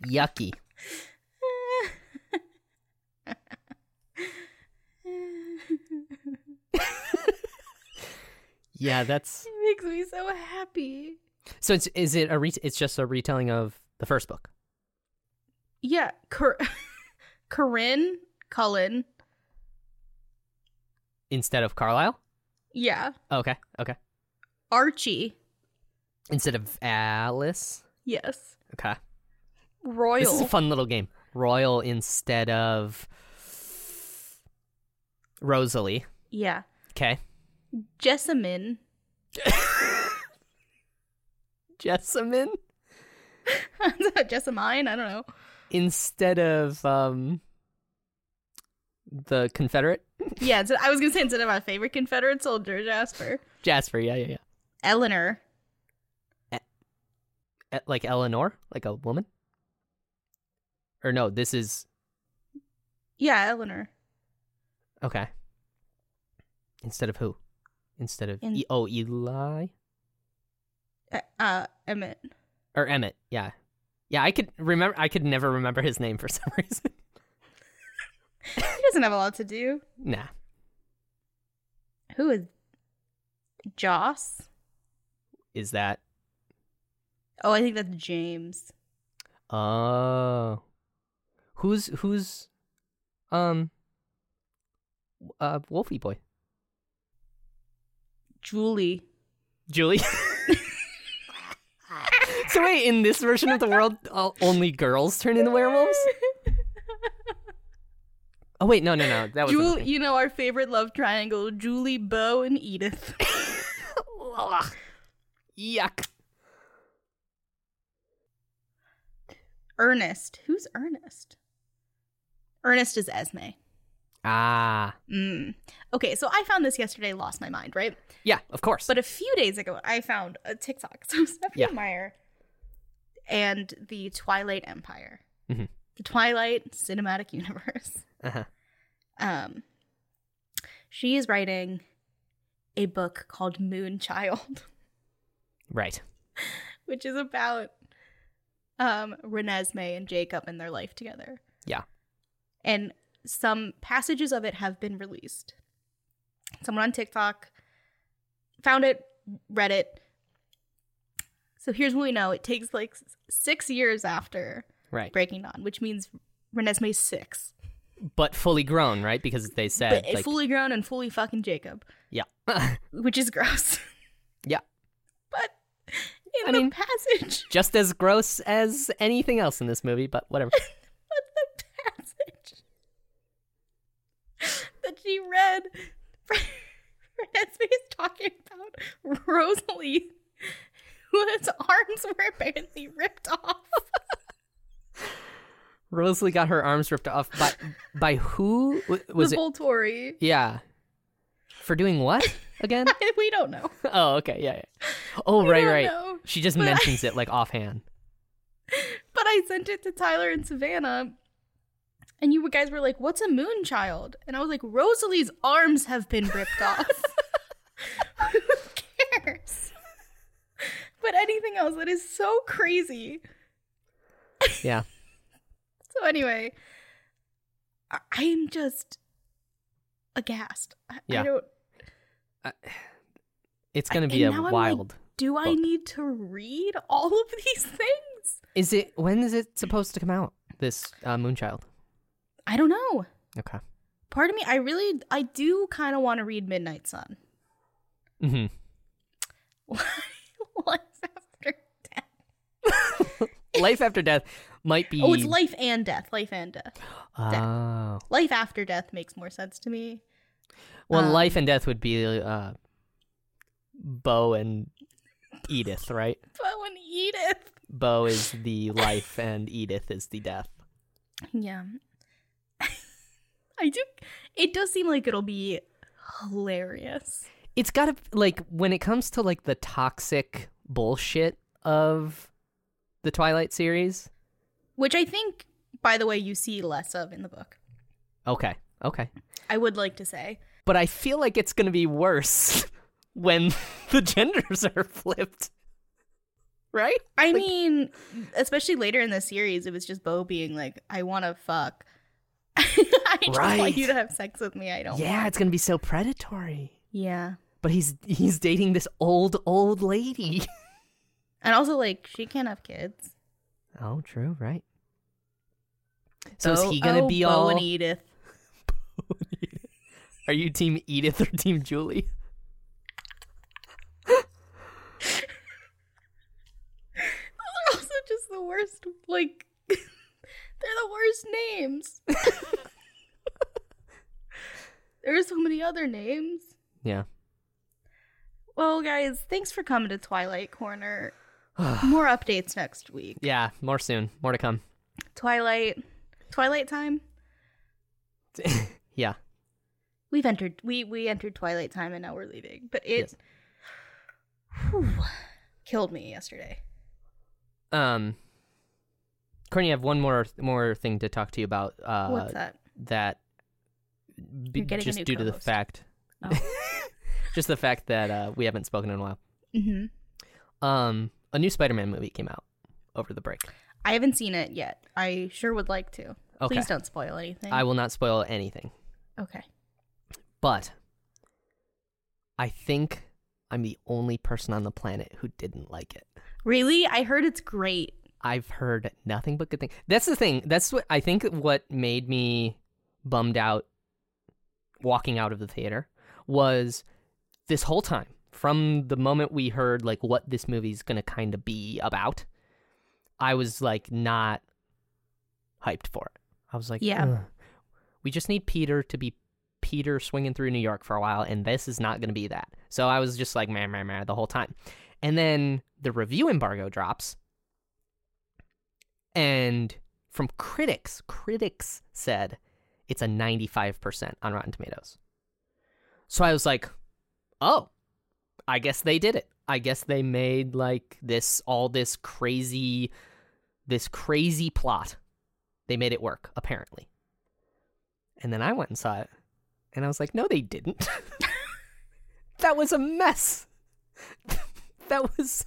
Speaker 2: Yucky. Yeah, that's
Speaker 1: It makes me so happy.
Speaker 2: so. It's is it a re- it's just a retelling of the first book.
Speaker 1: Yeah, Cor- <laughs> Corinne Cullen.
Speaker 2: instead of Carlisle.
Speaker 1: Yeah,
Speaker 2: Okay, okay.
Speaker 1: Archie.
Speaker 2: Instead of Alice.
Speaker 1: Yes,
Speaker 2: Okay,
Speaker 1: Royal.
Speaker 2: this is a fun little game. Royal instead of Rosalie.
Speaker 1: yeah,
Speaker 2: Okay,
Speaker 1: Jessamine.
Speaker 2: Jessamine.
Speaker 1: <laughs> Jessamine. I don't know.
Speaker 2: instead of um the Confederate
Speaker 1: Yeah, so I was gonna say instead of our favorite Confederate soldier, Jasper,
Speaker 2: Jasper. Yeah, yeah, yeah.
Speaker 1: Eleanor.
Speaker 2: E- like Eleanor, like a woman. Or no, this is
Speaker 1: Yeah, Eleanor.
Speaker 2: okay. Instead of who? Instead of
Speaker 1: In-
Speaker 2: E- oh Eli
Speaker 1: Uh, uh Emmett. <laughs>
Speaker 2: or Emmett? Yeah, yeah. I could remember. I could never remember his name for <laughs> some reason.
Speaker 1: He doesn't have a lot to do.
Speaker 2: nah.
Speaker 1: Who is Joss?
Speaker 2: Is that
Speaker 1: Oh, I think that's James.
Speaker 2: Oh. Who's who's um uh Wolfie boy?
Speaker 1: Julie.
Speaker 2: Julie. <laughs> so wait, in this version of the world, uh, only girls turn
Speaker 1: <laughs>
Speaker 2: into werewolves? Oh wait, no, no, no. That was
Speaker 1: Julie,
Speaker 2: Julie.
Speaker 1: you know our favorite love triangle: Julie, Bo, and Edith.
Speaker 2: Yuck.
Speaker 1: Ernest. Who's Ernest? Ernest is Esme.
Speaker 2: Ah.
Speaker 1: Mm. Okay, so I found this yesterday, lost my mind, right?
Speaker 2: Yeah, of course.
Speaker 1: But a few days ago, I found a TikTok. <laughs> So Stephanie
Speaker 2: Yeah.
Speaker 1: Meyer and the Twilight Empire,
Speaker 2: Mhm.
Speaker 1: the Twilight cinematic universe.
Speaker 2: uh-huh.
Speaker 1: Um, she is writing a book called Moon Child,
Speaker 2: Right.
Speaker 1: which is about um, Renesmee and Jacob and their life together.
Speaker 2: Yeah.
Speaker 1: And some passages of it have been released. Someone on TikTok found it, read it. So here's what we know it takes like s- six years after
Speaker 2: Right.
Speaker 1: Breaking Dawn, which means Renesmee's six.
Speaker 2: But fully grown, right? Because they said
Speaker 1: But
Speaker 2: like
Speaker 1: fully grown and fully fucking Jacob.
Speaker 2: Yeah.
Speaker 1: <laughs> which is gross.
Speaker 2: Yeah.
Speaker 1: <laughs> But in
Speaker 2: I
Speaker 1: the
Speaker 2: mean-
Speaker 1: passage,
Speaker 2: Just as gross as anything else in this movie, but whatever.
Speaker 1: but the passage that she read, <laughs> Renesmee is talking about Rosalie, whose arms were apparently ripped off.
Speaker 2: Rosalie got her arms ripped off
Speaker 1: <laughs>
Speaker 2: by by who W- was
Speaker 1: the <laughs>
Speaker 2: it?
Speaker 1: Volturi.
Speaker 2: <laughs> Yeah, for doing what
Speaker 1: <laughs>
Speaker 2: again?
Speaker 1: We don't know.
Speaker 2: oh, okay, yeah, yeah. Oh,
Speaker 1: We
Speaker 2: right,
Speaker 1: don't
Speaker 2: right.
Speaker 1: know.
Speaker 2: She just
Speaker 1: But I- <laughs>
Speaker 2: mentions it like offhand.
Speaker 1: But I sent it to Tyler and Savannah, and you guys were like, "What's a moon child?" And I was like, "Rosalie's arms have been ripped off." <laughs> Who cares? But anything else that is so crazy.
Speaker 2: Yeah.
Speaker 1: <laughs> So anyway, I- I'm just aghast. I,
Speaker 2: Yeah.
Speaker 1: I don't.
Speaker 2: It's gonna
Speaker 1: And
Speaker 2: be a
Speaker 1: now I'm, like-
Speaker 2: wild.
Speaker 1: Do I
Speaker 2: Book.
Speaker 1: need to read all of these things?
Speaker 2: Is it when is it supposed to come out? This uh, Moonchild.
Speaker 1: I don't know.
Speaker 2: Okay.
Speaker 1: Part of me, I really, I do kind of want to read Midnight Sun. <laughs>
Speaker 2: hmm
Speaker 1: life after death.
Speaker 2: Life after death might be.
Speaker 1: Oh, it's life and death. Life and death.
Speaker 2: Oh.
Speaker 1: Life after death makes more sense to me.
Speaker 2: Well,
Speaker 1: Um,
Speaker 2: life and death would be uh, Bo and Edith, right?
Speaker 1: But when Edith.
Speaker 2: Bo is the life, and Edith is the death.
Speaker 1: Yeah. <laughs> I do. It does seem like it'll be hilarious.
Speaker 2: it's got to like when it comes to like the toxic bullshit of the Twilight series.
Speaker 1: Which I think, by the way, you see less of in the book.
Speaker 2: Okay, okay,
Speaker 1: I would like to say.
Speaker 2: but I feel like it's gonna be worse <laughs> when the genders are flipped, right?
Speaker 1: I mean, especially later in the series, it was just Bo being like, I want to fuck. <laughs> I just
Speaker 2: Right.
Speaker 1: want you to have sex with me. I don't.
Speaker 2: Yeah, it's gonna be so predatory.
Speaker 1: Yeah.
Speaker 2: But he's he's dating this old old lady. <laughs>
Speaker 1: And also, like, she can't have kids.
Speaker 2: Oh, true, right. So
Speaker 1: Oh,
Speaker 2: is he gonna
Speaker 1: oh,
Speaker 2: be
Speaker 1: Bo
Speaker 2: all?
Speaker 1: and Edith? <laughs>
Speaker 2: Are you team Edith or team Julie?
Speaker 1: They're also just the worst. Like <laughs> they're the worst
Speaker 2: <laughs>
Speaker 1: names. there are so many other names.
Speaker 2: Yeah.
Speaker 1: Well, guys, thanks for coming to Twilight
Speaker 2: <sighs>
Speaker 1: Corner. More updates next week.
Speaker 2: yeah, more soon, more to come.
Speaker 1: Twilight, Twilight time.
Speaker 2: yeah.
Speaker 1: We've entered. We we entered Twilight time, and now we're leaving. But it.
Speaker 2: Yes.
Speaker 1: Whew. Killed me yesterday.
Speaker 2: Um, Courtney, I have one more more thing to talk to you about. Uh,
Speaker 1: What's that?
Speaker 2: that be,
Speaker 1: You're getting a
Speaker 2: just
Speaker 1: new
Speaker 2: due to the
Speaker 1: co-host.
Speaker 2: fact oh.
Speaker 1: <laughs>
Speaker 2: just the fact that uh, we haven't spoken in a while
Speaker 1: hmm
Speaker 2: um a new spider-man movie came out over the break
Speaker 1: I haven't seen it yet. I sure would like to.
Speaker 2: okay
Speaker 1: Please don't spoil anything.
Speaker 2: i will not spoil anything
Speaker 1: okay.
Speaker 2: but i think i'm the only person on the planet who didn't like it
Speaker 1: Really? I heard it's great.
Speaker 2: I've heard nothing but good things. That's the thing. That's what I think what made me bummed out walking out of the theater was this whole time from the moment we heard like what this movie's going to kind of be about. I was like not hyped for it. I was like,
Speaker 1: Yeah.
Speaker 2: "Ugh. We just need Peter to be Peter swinging through New York for a while and this is not going to be that. So I was just like meh meh meh the whole time. And then the review embargo drops and from critics, critics said it's a 95% on Rotten Tomatoes. So I was like, oh, I guess they did it. I guess they made like this, all this crazy, this crazy plot. They made it work, apparently. And then I went and saw it, and I was like, no, they didn't. <laughs> that was a mess. <laughs> that was,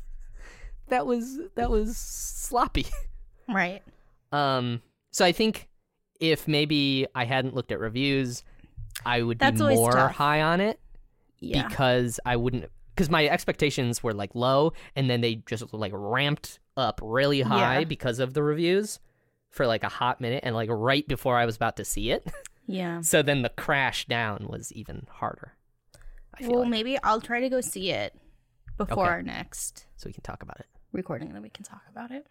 Speaker 2: that was, that was sloppy.
Speaker 1: Right.
Speaker 2: Um, so I think if maybe I hadn't looked at reviews, I would
Speaker 1: That's
Speaker 2: be
Speaker 1: always
Speaker 2: more
Speaker 1: tough.
Speaker 2: high on it
Speaker 1: Yeah.
Speaker 2: because I wouldn't because my expectations were like low and then they just like ramped up really high
Speaker 1: Yeah.
Speaker 2: because of the reviews for like a hot minute and like right before I was about to see it.
Speaker 1: yeah.
Speaker 2: so then the crash down was even harder. I feel
Speaker 1: Well,
Speaker 2: like.
Speaker 1: maybe I'll try to go see it before
Speaker 2: Okay.
Speaker 1: our next
Speaker 2: so we can talk about it.
Speaker 1: recording, and then we can talk about it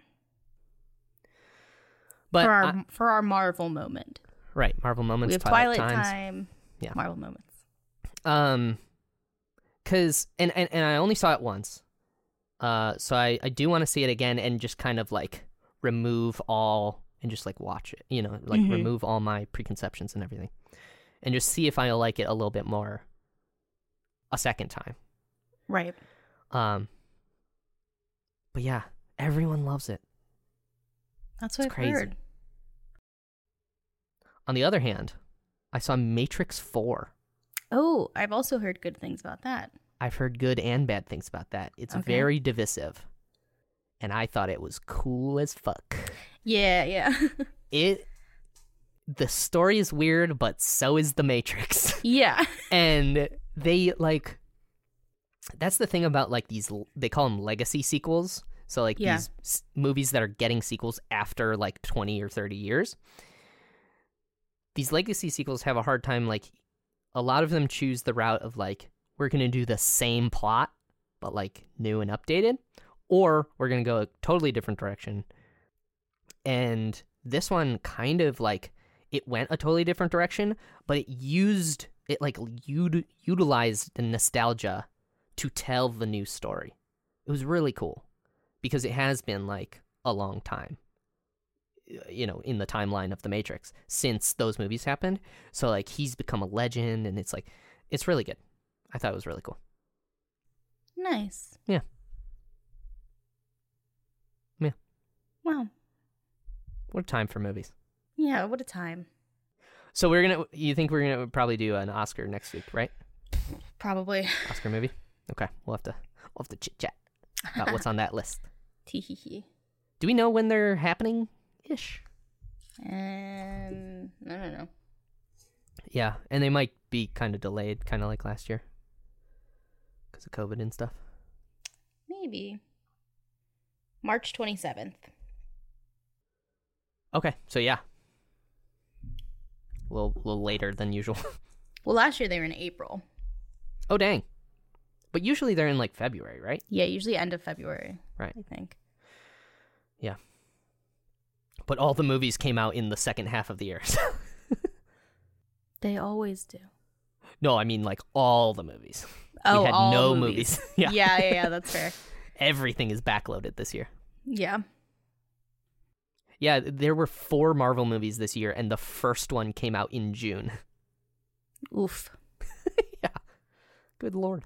Speaker 2: But
Speaker 1: for our
Speaker 2: I-
Speaker 1: for our Marvel moment.
Speaker 2: right, Marvel moments
Speaker 1: we have
Speaker 2: Twilight,
Speaker 1: Twilight,
Speaker 2: Times.
Speaker 1: Time.
Speaker 2: Yeah.
Speaker 1: Marvel moments.
Speaker 2: um because and, and and i only saw it once uh so i i do want to see it again and just kind of like remove all and just like watch it you know like
Speaker 1: Mhm.
Speaker 2: remove all my preconceptions and everything and just see if i like it a little bit more a second time
Speaker 1: Right.
Speaker 2: um but yeah everyone loves it
Speaker 1: That's what
Speaker 2: It's
Speaker 1: I've
Speaker 2: crazy.
Speaker 1: heard.
Speaker 2: on the other hand i saw matrix 4
Speaker 1: Oh, I've also heard good things about that.
Speaker 2: I've heard good and bad things about that. It's
Speaker 1: Okay.
Speaker 2: very divisive. And I thought it was cool as fuck.
Speaker 1: Yeah, <laughs> yeah.
Speaker 2: It the story is weird, but so is the Matrix.
Speaker 1: yeah.
Speaker 2: and they like that's the thing about like these l- they call them legacy sequels. So like
Speaker 1: Yeah.
Speaker 2: these s- movies that are getting sequels after like 20 or 30 years. These legacy sequels have a hard time like a lot of them choose the route of like we're going to do the same plot but like new and updated or we're going to go a totally different direction and this one kind of like it went a totally different direction but it used it like ut- utilized the nostalgia to tell the new story it was really cool because it has been like a long time you know in the timeline of the matrix since those movies happened so like he's become a legend and it's like it's really good i thought it was really cool
Speaker 1: Nice.
Speaker 2: Yeah. Yeah.
Speaker 1: Wow.
Speaker 2: what a time for movies
Speaker 1: Yeah, what a time.
Speaker 2: so we're gonna you think we're gonna probably do an oscar next week right
Speaker 1: Probably. <laughs>
Speaker 2: oscar movie okay we'll have to we'll have to chit chat about what's on that list
Speaker 1: Teehee.
Speaker 2: do we know when they're happening ish
Speaker 1: Um, I don't know.
Speaker 2: yeah and they might be kind of delayed kind of like last year because of covid and stuff
Speaker 1: Maybe. March 27th.
Speaker 2: okay so yeah a little, little later than usual <laughs>
Speaker 1: Well, last year they were in April.
Speaker 2: oh dang but usually they're in like february right
Speaker 1: Yeah, usually end of February.
Speaker 2: Right.
Speaker 1: I think.
Speaker 2: but all the movies came out in the second half of the year. <laughs> so-
Speaker 1: They always do.
Speaker 2: no, I mean like all the movies.
Speaker 1: Oh,
Speaker 2: we had
Speaker 1: all
Speaker 2: no
Speaker 1: movies.
Speaker 2: movies. <laughs> yeah.
Speaker 1: yeah, yeah, yeah, that's <laughs> fair.
Speaker 2: everything is backloaded this year.
Speaker 1: Yeah.
Speaker 2: Yeah, there were four Marvel movies this year, and the first one came out in June.
Speaker 1: Oof.
Speaker 2: Good lord.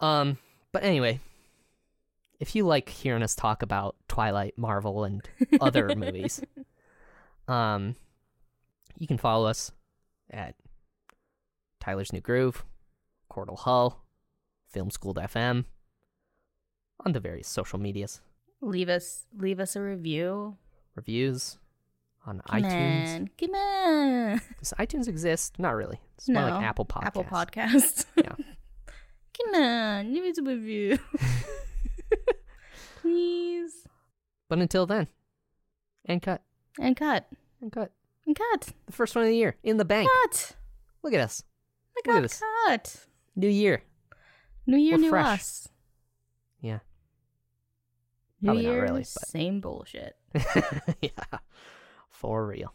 Speaker 2: Um, But anyway, if you like hearing us talk about Twilight, Marvel, and
Speaker 1: <laughs>
Speaker 2: other movies, um, you can follow us at Tyler's New Groove, Cordell Hull, FilmSchool.fm, on the various social medias,
Speaker 1: Leave us leave us a review.
Speaker 2: reviews, on
Speaker 1: Come
Speaker 2: iTunes.
Speaker 1: on. Come on.
Speaker 2: Does iTunes exist? Not really. It's more
Speaker 1: No.
Speaker 2: like Apple Podcasts.
Speaker 1: Apple Podcasts.
Speaker 2: Yeah.
Speaker 1: <laughs> Come on, leave us a
Speaker 2: <laughs>
Speaker 1: review. Please.
Speaker 2: But until then, and cut,
Speaker 1: And cut.
Speaker 2: and cut.
Speaker 1: And cut.
Speaker 2: The first one of the year in the bank.
Speaker 1: Cut.
Speaker 2: Look at us.
Speaker 1: I
Speaker 2: Look at
Speaker 1: got
Speaker 2: this.
Speaker 1: cut.
Speaker 2: New year.
Speaker 1: New year,
Speaker 2: We're
Speaker 1: new
Speaker 2: fresh.
Speaker 1: us.
Speaker 2: Yeah. <laughs>
Speaker 1: New
Speaker 2: Probably not
Speaker 1: year,
Speaker 2: really, but-
Speaker 1: same bullshit.
Speaker 2: yeah. For real.